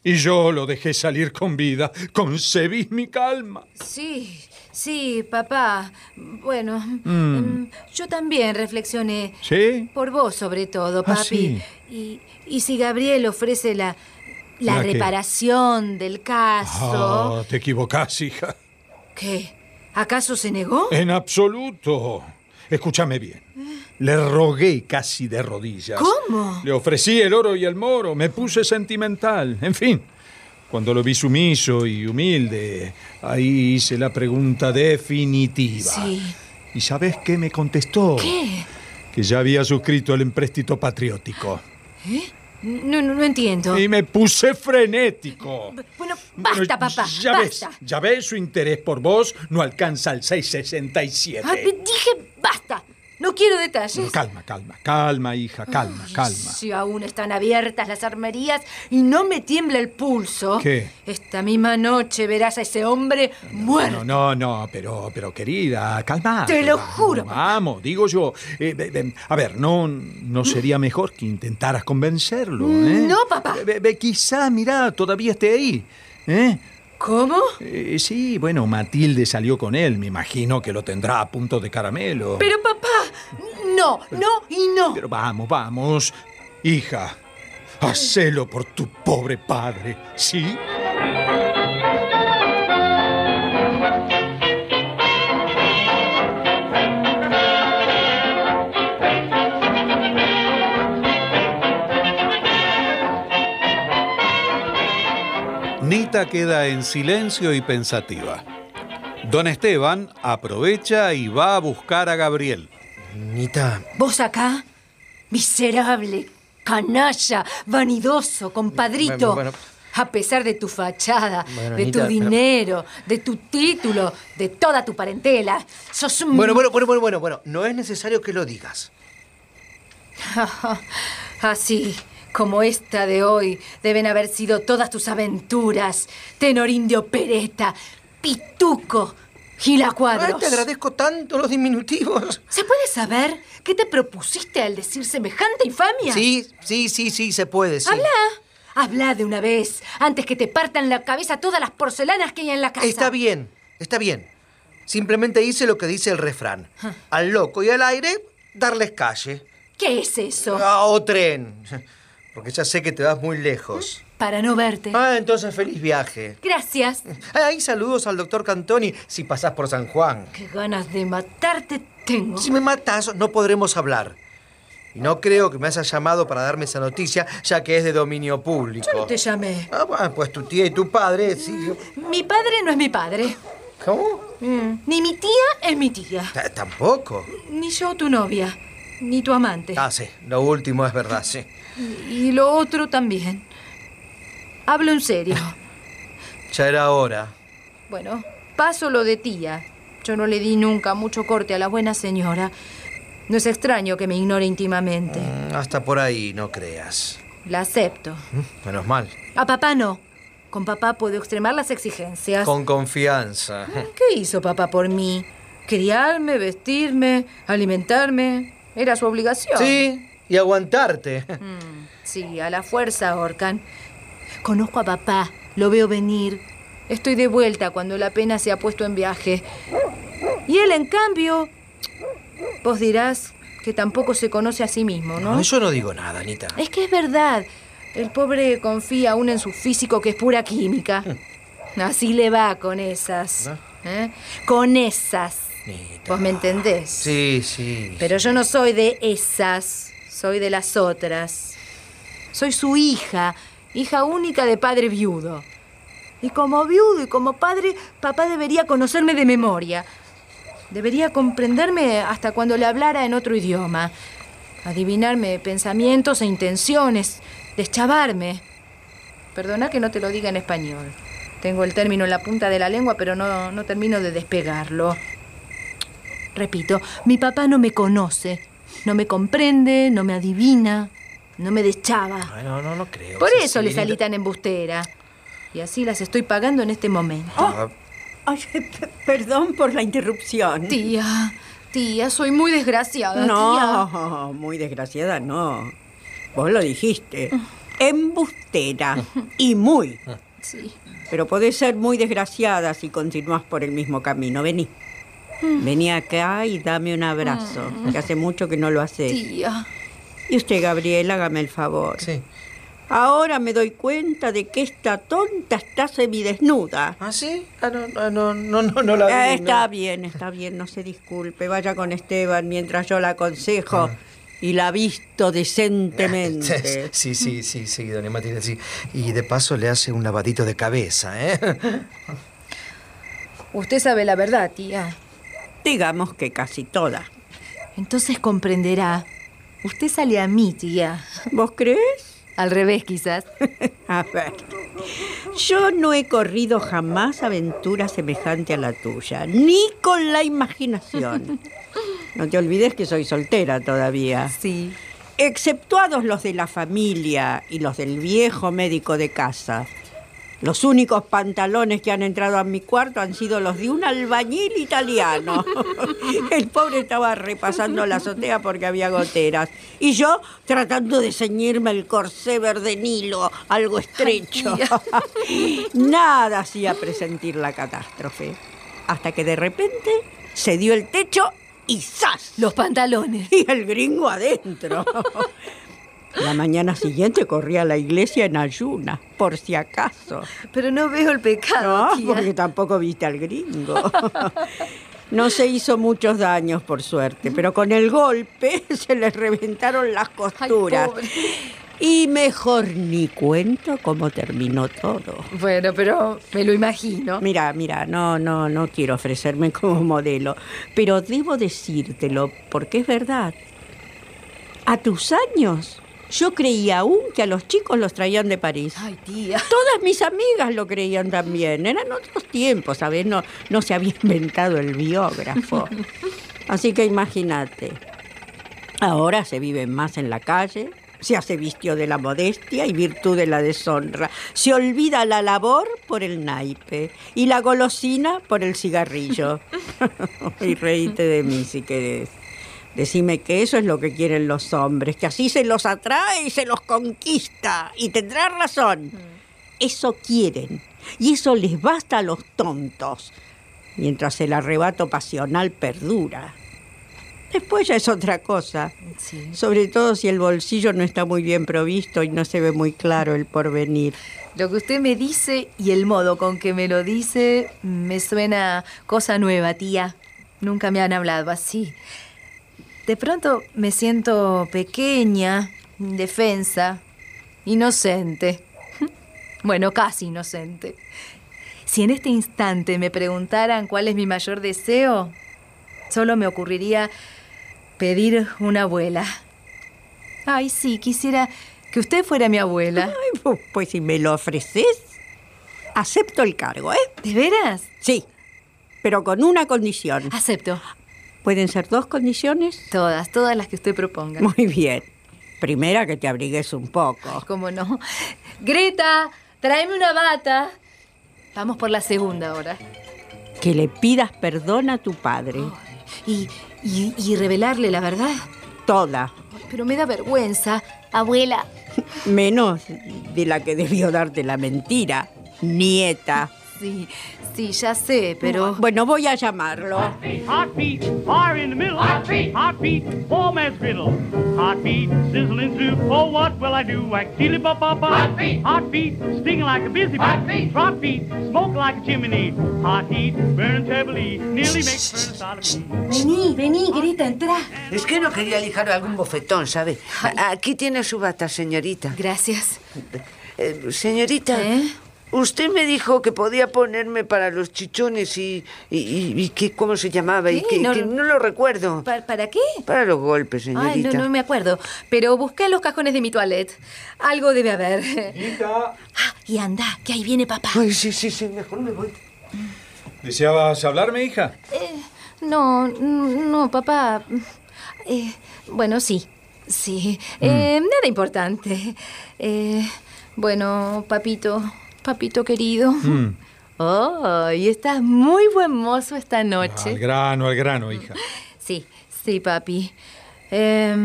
[SPEAKER 1] Y yo lo dejé salir con vida. Concebís mi calma.
[SPEAKER 3] Sí, sí, papá. Bueno, mm, yo también reflexioné.
[SPEAKER 1] ¿Sí?
[SPEAKER 3] Por vos, sobre todo,
[SPEAKER 1] Ah,
[SPEAKER 3] papi.
[SPEAKER 1] sí.
[SPEAKER 3] y, y si Gabriel ofrece la, la
[SPEAKER 1] ¿La qué?
[SPEAKER 3] reparación del caso.
[SPEAKER 1] Ah, te equivocás, hija.
[SPEAKER 3] ¿Qué? ¿Acaso se negó?
[SPEAKER 1] En absoluto. Escúchame bien. Le rogué casi de rodillas.
[SPEAKER 3] ¿Cómo?
[SPEAKER 1] Le ofrecí el oro y el moro. Me puse sentimental. En fin. Cuando lo vi sumiso y humilde, ahí hice la pregunta definitiva.
[SPEAKER 3] Sí.
[SPEAKER 1] ¿Y sabes qué me contestó?
[SPEAKER 3] ¿Qué?
[SPEAKER 1] Que ya había suscrito el empréstito patriótico.
[SPEAKER 3] No, no, no entiendo.
[SPEAKER 1] Y me puse frenético.
[SPEAKER 3] Bueno, basta,
[SPEAKER 1] Bueno,
[SPEAKER 3] papá.
[SPEAKER 1] Ya
[SPEAKER 3] basta.
[SPEAKER 1] ves, ya ves, su interés por vos no alcanza el 667.
[SPEAKER 3] Ah, te dije basta. No quiero detalles.
[SPEAKER 1] Calma, calma, calma, hija, calma, calma.
[SPEAKER 3] Si aún están abiertas las armerías y no me tiembla el pulso.
[SPEAKER 1] ¿Qué?
[SPEAKER 3] Esta misma noche verás a ese hombre
[SPEAKER 1] No,
[SPEAKER 3] muerto.
[SPEAKER 1] no, no, pero, pero querida, calma.
[SPEAKER 3] Te lo juro, papá.
[SPEAKER 1] Vamos, digo yo. Eh, ve- ve, a ver, no, no sería mejor que intentaras convencerlo, ¿eh?
[SPEAKER 3] Mm, No, papá.
[SPEAKER 1] Ve- ve, quizá, mirá, todavía esté ahí, ¿eh?
[SPEAKER 3] ¿Cómo?
[SPEAKER 1] Eh, sí, bueno, Matilde salió con él. Me imagino que lo tendrá a punto de caramelo.
[SPEAKER 3] Pero papá,
[SPEAKER 6] No, no y no.
[SPEAKER 1] Pero vamos, vamos. Hija, hacelo por tu pobre padre, ¿sí?
[SPEAKER 13] Nita queda en silencio y pensativa. Don Esteban aprovecha y va a buscar a Gabriel.
[SPEAKER 11] Nita,
[SPEAKER 3] ¿Vos acá? Miserable, canalla, vanidoso, compadrito.
[SPEAKER 11] Bueno, bueno.
[SPEAKER 3] A pesar de tu fachada,
[SPEAKER 11] Bueno,
[SPEAKER 3] de
[SPEAKER 11] Anita,
[SPEAKER 3] tu
[SPEAKER 11] pero-
[SPEAKER 3] dinero, de tu título, de toda tu parentela, sos un...
[SPEAKER 11] Bueno, bueno, bueno, bueno, bueno, bueno. No es necesario que lo digas.
[SPEAKER 3] Así como esta de hoy deben haber sido todas tus aventuras, Tenorindio Pereta, Pituco, Gila
[SPEAKER 11] Ay,
[SPEAKER 3] Cuadros.
[SPEAKER 11] te agradezco tanto los diminutivos.
[SPEAKER 3] ¿Se puede saber qué te propusiste al decir semejante infamia?
[SPEAKER 11] Sí, sí, sí, sí, se puede, sí.
[SPEAKER 3] Habla, habla de una vez, antes que te partan la cabeza todas las porcelanas que hay en la casa.
[SPEAKER 11] Está bien, está bien. Simplemente hice lo que dice el refrán. Al loco y al aire, darles calle.
[SPEAKER 3] ¿Qué es eso?
[SPEAKER 11] Ah, o tren. Porque ya sé que te vas muy lejos.
[SPEAKER 3] Para no verte.
[SPEAKER 11] Ah, entonces feliz viaje.
[SPEAKER 3] Gracias.
[SPEAKER 11] Ah, y saludos al doctor Cantoni si pasás por San Juan.
[SPEAKER 3] Qué ganas de matarte tengo.
[SPEAKER 11] Si me matas, no podremos hablar. Y no creo que me hayas llamado para darme esa noticia, ya que es de dominio público.
[SPEAKER 3] Yo no te llamé.
[SPEAKER 11] Ah, bueno, pues tu tía y tu padre, sí.
[SPEAKER 3] Mi padre no es mi padre.
[SPEAKER 11] ¿Cómo?
[SPEAKER 3] Ni mi tía es mi tía.
[SPEAKER 11] T- Tampoco.
[SPEAKER 3] Ni yo tu novia, ni tu amante.
[SPEAKER 11] Ah, sí, lo último es verdad, sí.
[SPEAKER 3] Y lo otro también. Hablo en serio.
[SPEAKER 11] Ah. Ya era hora.
[SPEAKER 3] Bueno, paso lo de tía. Yo no le di nunca mucho corte a la buena señora. No es extraño que me ignore íntimamente.
[SPEAKER 11] Mm, Hasta por ahí, no creas.
[SPEAKER 3] La acepto.
[SPEAKER 11] Mm, Menos mal.
[SPEAKER 3] A papá no. Con papá puedo extremar las exigencias.
[SPEAKER 11] Con confianza.
[SPEAKER 3] ¿Qué hizo papá por mí? Criarme, vestirme, alimentarme. Era su obligación.
[SPEAKER 11] Sí, y aguantarte.
[SPEAKER 3] Mm. Sí, a la fuerza, Orcan. Conozco a papá, lo veo venir. Estoy de vuelta cuando la pena se ha puesto en viaje. Y él, en cambio, vos dirás que tampoco se conoce a sí mismo, ¿no?
[SPEAKER 11] No, yo no digo nada, Anita.
[SPEAKER 3] Es que es verdad. El pobre confía aún en su físico que es pura química. Así le va con esas. ¿eh? Con esas.
[SPEAKER 11] Anita.
[SPEAKER 3] ¿Vos me entendés?
[SPEAKER 11] Sí, sí.
[SPEAKER 3] Pero yo no soy de esas, soy de las otras. Soy su hija, hija única de padre viudo. Y como viudo y como padre, papá debería conocerme de memoria. Debería comprenderme hasta cuando le hablara en otro idioma. Adivinarme pensamientos e intenciones, deschavarme. Perdona que no te lo diga en español. Tengo el término en la punta de la lengua, pero no, no termino de despegarlo. Repito, mi papá no me conoce, no me comprende, no me adivina, no me deschaba.
[SPEAKER 11] Ay, no, no, no creo.
[SPEAKER 3] Por
[SPEAKER 11] Sí,
[SPEAKER 3] eso
[SPEAKER 11] sí,
[SPEAKER 3] le
[SPEAKER 11] Anita.
[SPEAKER 3] salí tan embustera. Y así las estoy pagando en este momento.
[SPEAKER 11] Ah,
[SPEAKER 6] Ay, pe- perdón por la interrupción.
[SPEAKER 3] Tía, tía, soy muy desgraciada. tía.
[SPEAKER 6] No, muy desgraciada no. Vos lo dijiste. Embustera. Y muy.
[SPEAKER 3] Sí.
[SPEAKER 6] Pero podés ser muy desgraciada si continúas por el mismo camino. Vení. Vení acá y dame un abrazo, que hace mucho que no lo
[SPEAKER 11] Eh.
[SPEAKER 6] haces.
[SPEAKER 3] Tía.
[SPEAKER 6] Y usted, Gabriel, hágame el favor.
[SPEAKER 11] Sí.
[SPEAKER 6] Ahora me doy cuenta de que esta tonta está semidesnuda.
[SPEAKER 11] ¿Ah, sí? Ah, no, no, no, no, no, no la vi,
[SPEAKER 6] Eh,
[SPEAKER 11] no.
[SPEAKER 6] está bien, está bien, no se disculpe. Vaya con Esteban mientras yo la aconsejo y la visto decentemente.
[SPEAKER 11] Ah. Sí, sí, sí, sí, doña Matilde, sí. Y de paso le hace un lavadito de cabeza, ¿eh?
[SPEAKER 3] Usted sabe la verdad, tía.
[SPEAKER 6] Digamos que casi toda.
[SPEAKER 15] Entonces comprenderá. Usted sale a mí, tía.
[SPEAKER 6] ¿Vos crees?
[SPEAKER 15] Al revés, quizás.
[SPEAKER 3] Ah.
[SPEAKER 6] A ver. Yo no he corrido jamás aventura semejante a la tuya, ni con la imaginación. No te olvides que soy soltera todavía.
[SPEAKER 15] Sí.
[SPEAKER 6] exceptuados los de la familia y los del viejo médico de casa. Los únicos pantalones que han entrado a mi cuarto han sido los de un albañil italiano. El pobre estaba repasando la azotea porque había goteras. Y yo tratando de ceñirme el corsé verde nilo, algo estrecho. Nada hacía presentir la catástrofe. Hasta que de repente se dio el techo y ¡zas!
[SPEAKER 3] Los pantalones.
[SPEAKER 6] Y el gringo adentro. La mañana siguiente corrí a la iglesia en ayunas, por si acaso.
[SPEAKER 3] Pero no veo el pecado.
[SPEAKER 6] No,
[SPEAKER 3] tía.
[SPEAKER 6] porque tampoco viste al gringo. No se hizo muchos daños, por suerte, pero con el golpe se les reventaron las costuras.
[SPEAKER 3] pobre.
[SPEAKER 6] y mejor ni cuento cómo terminó todo.
[SPEAKER 3] Bueno, pero me lo imagino.
[SPEAKER 6] Mira, mira, no, no, no quiero ofrecerme como modelo, pero debo decírtelo porque es verdad. A tus años, yo creía aún que a los chicos los traían de París.
[SPEAKER 3] Ay, tía.
[SPEAKER 6] Todas mis amigas lo creían también. Eran otros tiempos, ¿sabes? No, no se había inventado el biógrafo. Así que imagínate. Ahora se vive más en la calle, se hace vistio de la modestia y virtud de la deshonra. Se olvida la labor por el naipe y la golosina por el cigarrillo. y reíte de mí si querés. Decime que eso es lo que quieren los hombres, que así se los atrae y se los conquista. Y tendrás razón. Eso quieren. Y eso les basta a los tontos. Mientras el arrebato pasional perdura. Después ya es otra cosa.
[SPEAKER 3] Sí.
[SPEAKER 6] Sobre todo si el bolsillo no está muy bien provisto y no se ve muy claro el porvenir.
[SPEAKER 3] Lo que usted me dice y el modo con que me lo dice me suena cosa nueva, tía. Nunca me han hablado así. De pronto me siento pequeña, indefensa, inocente. Bueno, casi inocente. Si en este instante me preguntaran cuál es mi mayor deseo, solo me ocurriría pedir una abuela. Ay, sí, quisiera que usted fuera mi abuela.
[SPEAKER 6] Ay, pu- pues si me lo ofreces, acepto el cargo, ¿eh?
[SPEAKER 3] ¿De veras?
[SPEAKER 6] Sí, pero con una condición.
[SPEAKER 3] Acepto.
[SPEAKER 6] ¿Pueden ser dos condiciones?
[SPEAKER 3] Todas, todas las que usted proponga.
[SPEAKER 6] Muy bien. Primera, que te abrigues un poco.
[SPEAKER 3] ¿Cómo no? Greta, tráeme una bata. Vamos por la segunda ahora.
[SPEAKER 6] Que le pidas perdón a tu padre.
[SPEAKER 3] Y, y, y revelarle la verdad.
[SPEAKER 6] Toda.
[SPEAKER 3] Pero me da vergüenza. Abuela.
[SPEAKER 6] Menos de la que debió darte la mentira. Nieta.
[SPEAKER 3] Sí, sí, ya sé, pero...
[SPEAKER 6] Bueno, voy a llamarlo.
[SPEAKER 16] Heartbeat, are in the middle. Heartbeat, heartbeat, four man's riddle. Heartbeat, sizzling soup. Oh, what will I do? Actilly bop bop bop. Heartbeat, heartbeat, stinging like a busy bee. Heartbeat, heartbeat, smoke like a chimney. Hot heat, burning terribly, nearly makes furnace out of me.
[SPEAKER 3] Vení, vení, Greta, entra.
[SPEAKER 4] Es que no quería lijar algún bofetón, ¿sabe? A- Aquí tiene su bata, señorita.
[SPEAKER 3] Gracias.
[SPEAKER 4] Eh, señorita,
[SPEAKER 3] ¿Eh?
[SPEAKER 4] usted me dijo que podía ponerme para los chichones y... y, y- y que, ¿Cómo se llamaba? Y
[SPEAKER 3] Sí,
[SPEAKER 4] que que
[SPEAKER 3] no-
[SPEAKER 4] no, lo recuerdo.
[SPEAKER 3] ¿Pa- ¿Para qué?
[SPEAKER 4] Para los golpes,
[SPEAKER 3] Ay, no,
[SPEAKER 4] señorita.
[SPEAKER 3] no me acuerdo. Pero busqué en los cajones de mi toilet. Algo debe haber. Ah, y anda, que ahí viene papá.
[SPEAKER 4] Ay, sí, sí, sí, mejor me voy.
[SPEAKER 13] ¿Deseabas hablarme, hija?
[SPEAKER 3] Eh, no, n- no, papá. Eh, bueno, sí, sí. Eh, Nada importante. Eh, bueno, papito, papito querido.
[SPEAKER 1] Mm,
[SPEAKER 3] Oh, y Mm. estás muy buen mozo esta
[SPEAKER 13] Al
[SPEAKER 3] noche.
[SPEAKER 13] grano, al grano, hija.
[SPEAKER 3] Sí, sí, papi. Eh,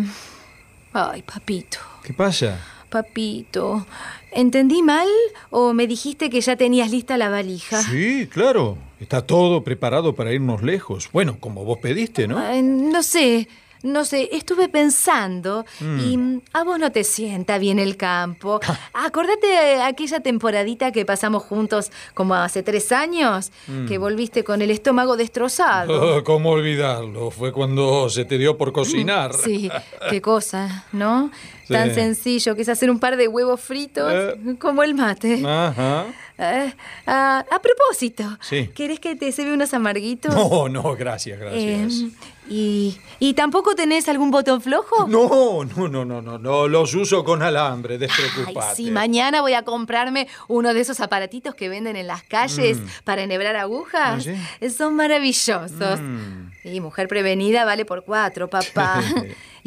[SPEAKER 3] ay, papito,
[SPEAKER 13] ¿Qué pasa?
[SPEAKER 3] papito. ¿Entendí mal o me dijiste que ya tenías lista la valija?
[SPEAKER 13] Sí, claro. Está todo preparado para irnos lejos. Bueno, como vos pediste, ¿no?
[SPEAKER 3] Ay, no sé, no sé, estuve pensando y mm, a vos no te sienta bien el campo. Acordate de aquella temporadita que pasamos juntos como hace tres años,
[SPEAKER 13] Mm.
[SPEAKER 3] que volviste con el estómago destrozado.
[SPEAKER 13] Oh, ¿Cómo olvidarlo? Fue cuando se te dio por cocinar.
[SPEAKER 3] Sí, qué cosa, ¿no?
[SPEAKER 13] Sí.
[SPEAKER 3] Tan sencillo que es hacer un par de huevos fritos
[SPEAKER 13] Eh.
[SPEAKER 3] como el mate.
[SPEAKER 13] Ajá.
[SPEAKER 3] Eh, ah, a propósito,
[SPEAKER 13] Sí.
[SPEAKER 3] ¿querés que te sirve unos amarguitos?
[SPEAKER 13] No, no, gracias, gracias.
[SPEAKER 3] Em, y, ¿Y tampoco tenés algún botón flojo?
[SPEAKER 13] No, Oh, no, no, no, no, no, los uso con alambre,
[SPEAKER 3] Ay,
[SPEAKER 13] despreocupate.
[SPEAKER 3] sí, mañana voy a comprarme uno de esos aparatitos que venden en las calles
[SPEAKER 13] Mm.
[SPEAKER 3] para enhebrar agujas. Eh,
[SPEAKER 13] ¿Ah,
[SPEAKER 3] Son maravillosos.
[SPEAKER 13] Mm.
[SPEAKER 3] Y mujer prevenida vale por cuatro, papá.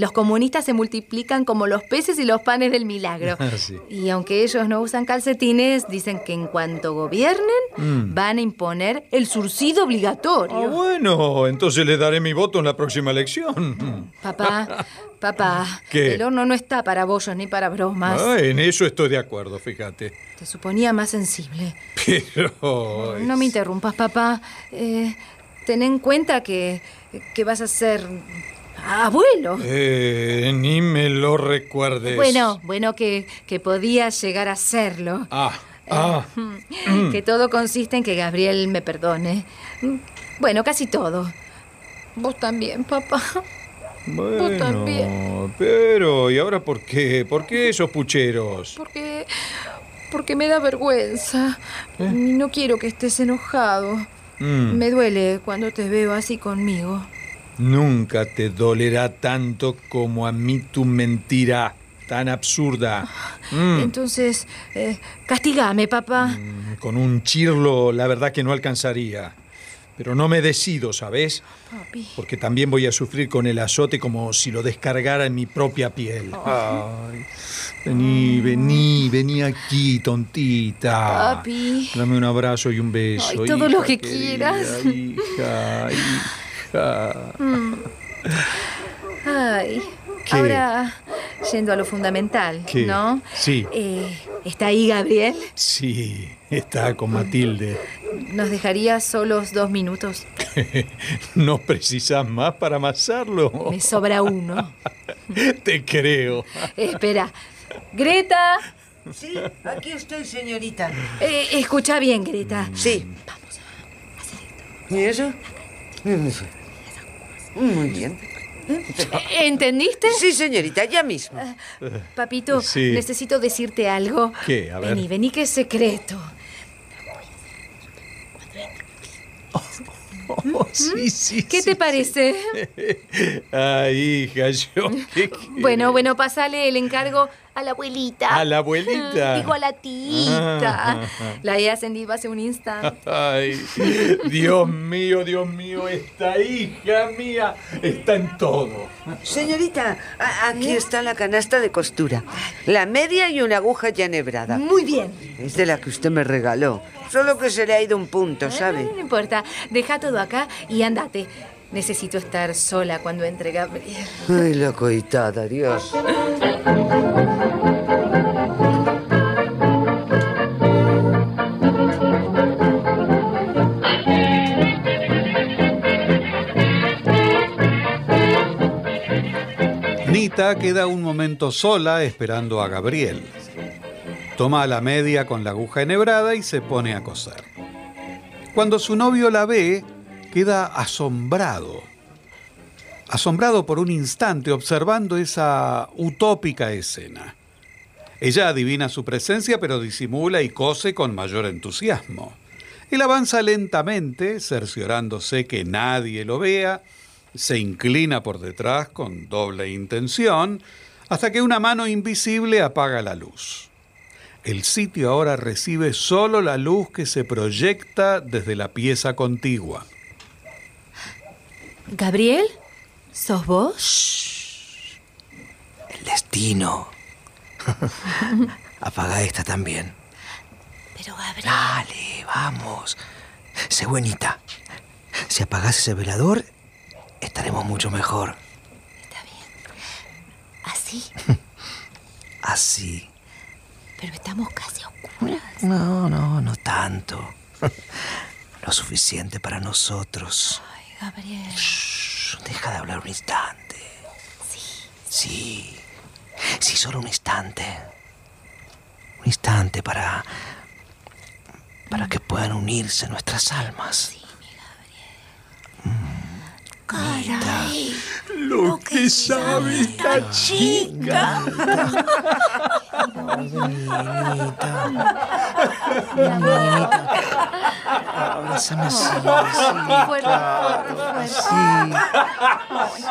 [SPEAKER 3] los comunistas se multiplican como los peces y los panes del milagro.
[SPEAKER 13] Sí.
[SPEAKER 3] Y aunque ellos no usan calcetines, dicen que en cuanto gobiernen, van a imponer el surcido obligatorio.
[SPEAKER 13] Mm. Ah, bueno, entonces le daré mi voto en la próxima elección.
[SPEAKER 3] Papá, papá,
[SPEAKER 13] ¿Qué?
[SPEAKER 3] el horno no está para bollos ni para bromas.
[SPEAKER 13] Ah, en eso estoy de acuerdo, fíjate.
[SPEAKER 3] Te suponía más sensible.
[SPEAKER 13] Pero...
[SPEAKER 3] No me interrumpas, papá. Eh, Ten en cuenta que, que vas a ser abuelo.
[SPEAKER 1] Eh, ni me lo recuerdes.
[SPEAKER 3] Bueno, bueno que, que podías llegar a serlo.
[SPEAKER 1] Ah, ah.
[SPEAKER 3] que todo consiste en que Gabriel me perdone. Bueno, casi todo. Vos también, papá. Vos también.
[SPEAKER 1] Bueno, pero ¿y ahora por qué? ¿Por qué esos pucheros?
[SPEAKER 3] Porque. Porque me da vergüenza. No quiero que estés enojado.
[SPEAKER 1] ¿Eh? Mm,
[SPEAKER 3] Me duele cuando te veo así conmigo.
[SPEAKER 1] Nunca te dolerá tanto como a mí tu mentira tan absurda.
[SPEAKER 3] Ah,
[SPEAKER 1] Mm,
[SPEAKER 3] Entonces, eh, castigame, papá.
[SPEAKER 1] con un chirlo la verdad que no alcanzaría. Pero no me decido, ¿sabes?
[SPEAKER 3] Papi.
[SPEAKER 1] Porque también voy a sufrir con el azote como si lo descargara en mi propia piel. Ay, vení, vení, vení aquí, tontita.
[SPEAKER 3] Papi.
[SPEAKER 1] Dame un abrazo y un beso.
[SPEAKER 3] Ay, todo lo
[SPEAKER 1] hija
[SPEAKER 3] que
[SPEAKER 1] querida,
[SPEAKER 3] quieras.
[SPEAKER 1] Hija, hija.
[SPEAKER 3] Ay.
[SPEAKER 1] ¿Qué?
[SPEAKER 3] Ahora, yendo a lo fundamental,
[SPEAKER 1] ¿Qué?
[SPEAKER 3] ¿no?
[SPEAKER 1] Sí.
[SPEAKER 3] Eh, ¿Está ahí Gabriel?
[SPEAKER 1] Sí, está con Matilde.
[SPEAKER 3] ¿Nos dejaría solos dos minutos?
[SPEAKER 1] ¿No precisas más para amasarlo?
[SPEAKER 3] Me sobra uno.
[SPEAKER 1] Te creo.
[SPEAKER 3] Espera. Greta,
[SPEAKER 4] Sí, aquí estoy, señorita.
[SPEAKER 3] eh, escucha bien, Greta.
[SPEAKER 4] Sí. ¿Y eso? Muy bien.
[SPEAKER 1] Ah.
[SPEAKER 3] ¿Entendiste?
[SPEAKER 4] Sí, señorita, ya mismo.
[SPEAKER 3] Papito,
[SPEAKER 1] Sí.
[SPEAKER 3] necesito decirte algo.
[SPEAKER 1] ¿Qué? A ver.
[SPEAKER 3] Vení, vení, que es secreto.
[SPEAKER 1] Oh, sí, sí.
[SPEAKER 3] ¿Mm?
[SPEAKER 1] Eh,
[SPEAKER 3] ¿Qué te parece?
[SPEAKER 1] parece? Ay, hija, yo. ¿qué querés?
[SPEAKER 3] Bueno, bueno, pasale el encargo a la abuelita.
[SPEAKER 1] eh, A la abuelita. Ah.
[SPEAKER 3] Digo a la tita. La he ascendido hace un instante.
[SPEAKER 1] Ay, Dios mío, Dios mío, esta hija mía está en todo.
[SPEAKER 4] Señorita, a- aquí
[SPEAKER 3] ¿Eh?
[SPEAKER 4] está la canasta de costura. La media y una aguja ya enhebrada.
[SPEAKER 3] Muy bien.
[SPEAKER 4] Es de la que usted me regaló. Solo que se le ha ido un punto, ¿sabe?
[SPEAKER 3] No, no importa. Deja todo acá y andate. Necesito estar sola cuando entre Gabriel.
[SPEAKER 4] Ay, la coitada, Dios.
[SPEAKER 17] Nita queda un momento sola esperando a Gabriel. Toma la media con la aguja enhebrada y se pone a coser. Cuando su novio la ve, queda asombrado. Asombrado por un instante observando esa utópica escena. Ella adivina su presencia pero disimula y cose con mayor entusiasmo. Él avanza lentamente, cerciorándose que nadie lo vea, se inclina por detrás con doble intención, hasta que una mano invisible apaga la luz. El sitio ahora recibe solo la luz que se proyecta desde la pieza contigua.
[SPEAKER 18] ¿Gabriel? ¿Sos vos?
[SPEAKER 11] El destino. Apaga esta también.
[SPEAKER 18] Pero Gabriel.
[SPEAKER 11] Dale, vamos. Sé buenita. Si apagás ese velador, estaremos mucho mejor.
[SPEAKER 18] Así.
[SPEAKER 11] Así.
[SPEAKER 18] Pero estamos casi a oscuras.
[SPEAKER 11] No, no, no tanto. Lo suficiente para nosotros.
[SPEAKER 18] Ay, Gabriel.
[SPEAKER 11] Shh, deja de hablar un instante. Sí. Sí. Sí, solo un instante. Un instante para. para que puedan unirse nuestras almas.
[SPEAKER 1] Lo que sabe esta chica.
[SPEAKER 11] Abrázame así.
[SPEAKER 3] Fuerte, fuerte, fuerte.
[SPEAKER 11] Sí.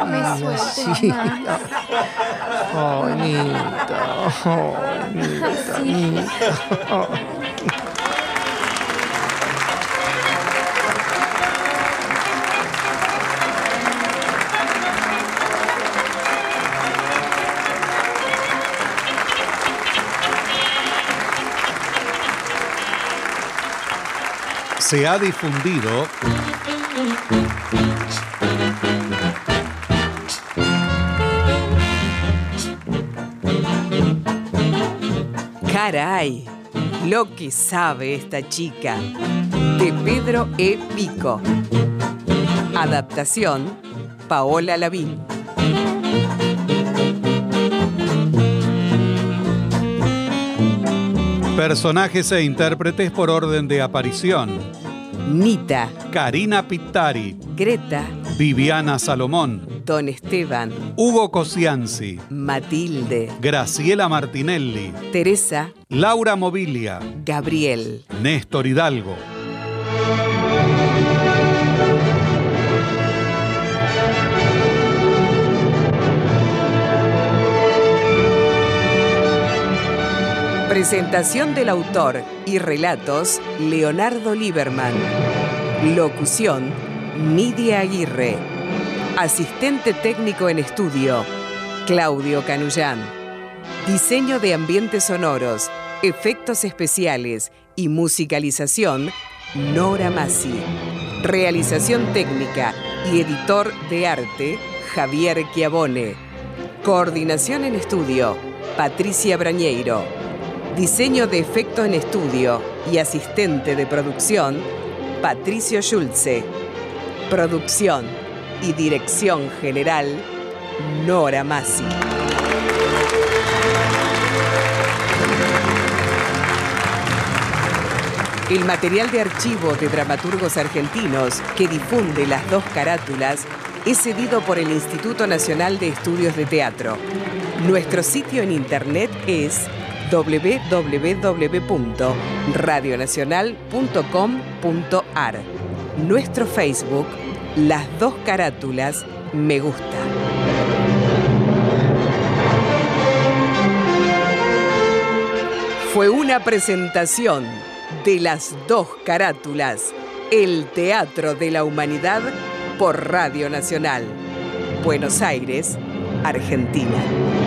[SPEAKER 3] Me sueltes, mamá.
[SPEAKER 11] Oh, Nita. Oh, Nita, Nita.
[SPEAKER 17] Se ha difundido
[SPEAKER 2] Caray, lo que sabe esta chica. De Pedro E. Pico. Adaptación, Paola Lavín.
[SPEAKER 1] Personajes e intérpretes por orden de aparición.
[SPEAKER 2] Nita,
[SPEAKER 1] Karina Pittari,
[SPEAKER 2] Greta,
[SPEAKER 1] Viviana Salomón,
[SPEAKER 2] Don Esteban,
[SPEAKER 1] Hugo Cosianzi,
[SPEAKER 2] Matilde,
[SPEAKER 1] Graciela Martinelli,
[SPEAKER 2] Teresa,
[SPEAKER 1] Laura Mobilia,
[SPEAKER 2] Gabriel.
[SPEAKER 1] Néstor Hidalgo.
[SPEAKER 2] Presentación del autor y relatos, Leonardo Lieberman. Locución, Nidia Aguirre. Asistente técnico en estudio, Claudio Canullán. Diseño de ambientes sonoros, efectos especiales y musicalización, Nora Masi. Realización técnica y editor de arte, Javier Chiavone. Coordinación en estudio, Patricia Brañeiro. Diseño de efectos en estudio y asistente de producción, Patricio Schulze. Producción y dirección general, Nora Masi. El material de archivo de dramaturgos argentinos que difunde las dos carátulas es cedido por el Instituto Nacional de Estudios de Teatro. Nuestro sitio en internet es www.radionacional.com.ar. Nuestro Facebook, Las dos carátulas, me gusta. Fue una presentación de Las dos carátulas, el teatro de la humanidad por Radio Nacional, Buenos Aires, Argentina.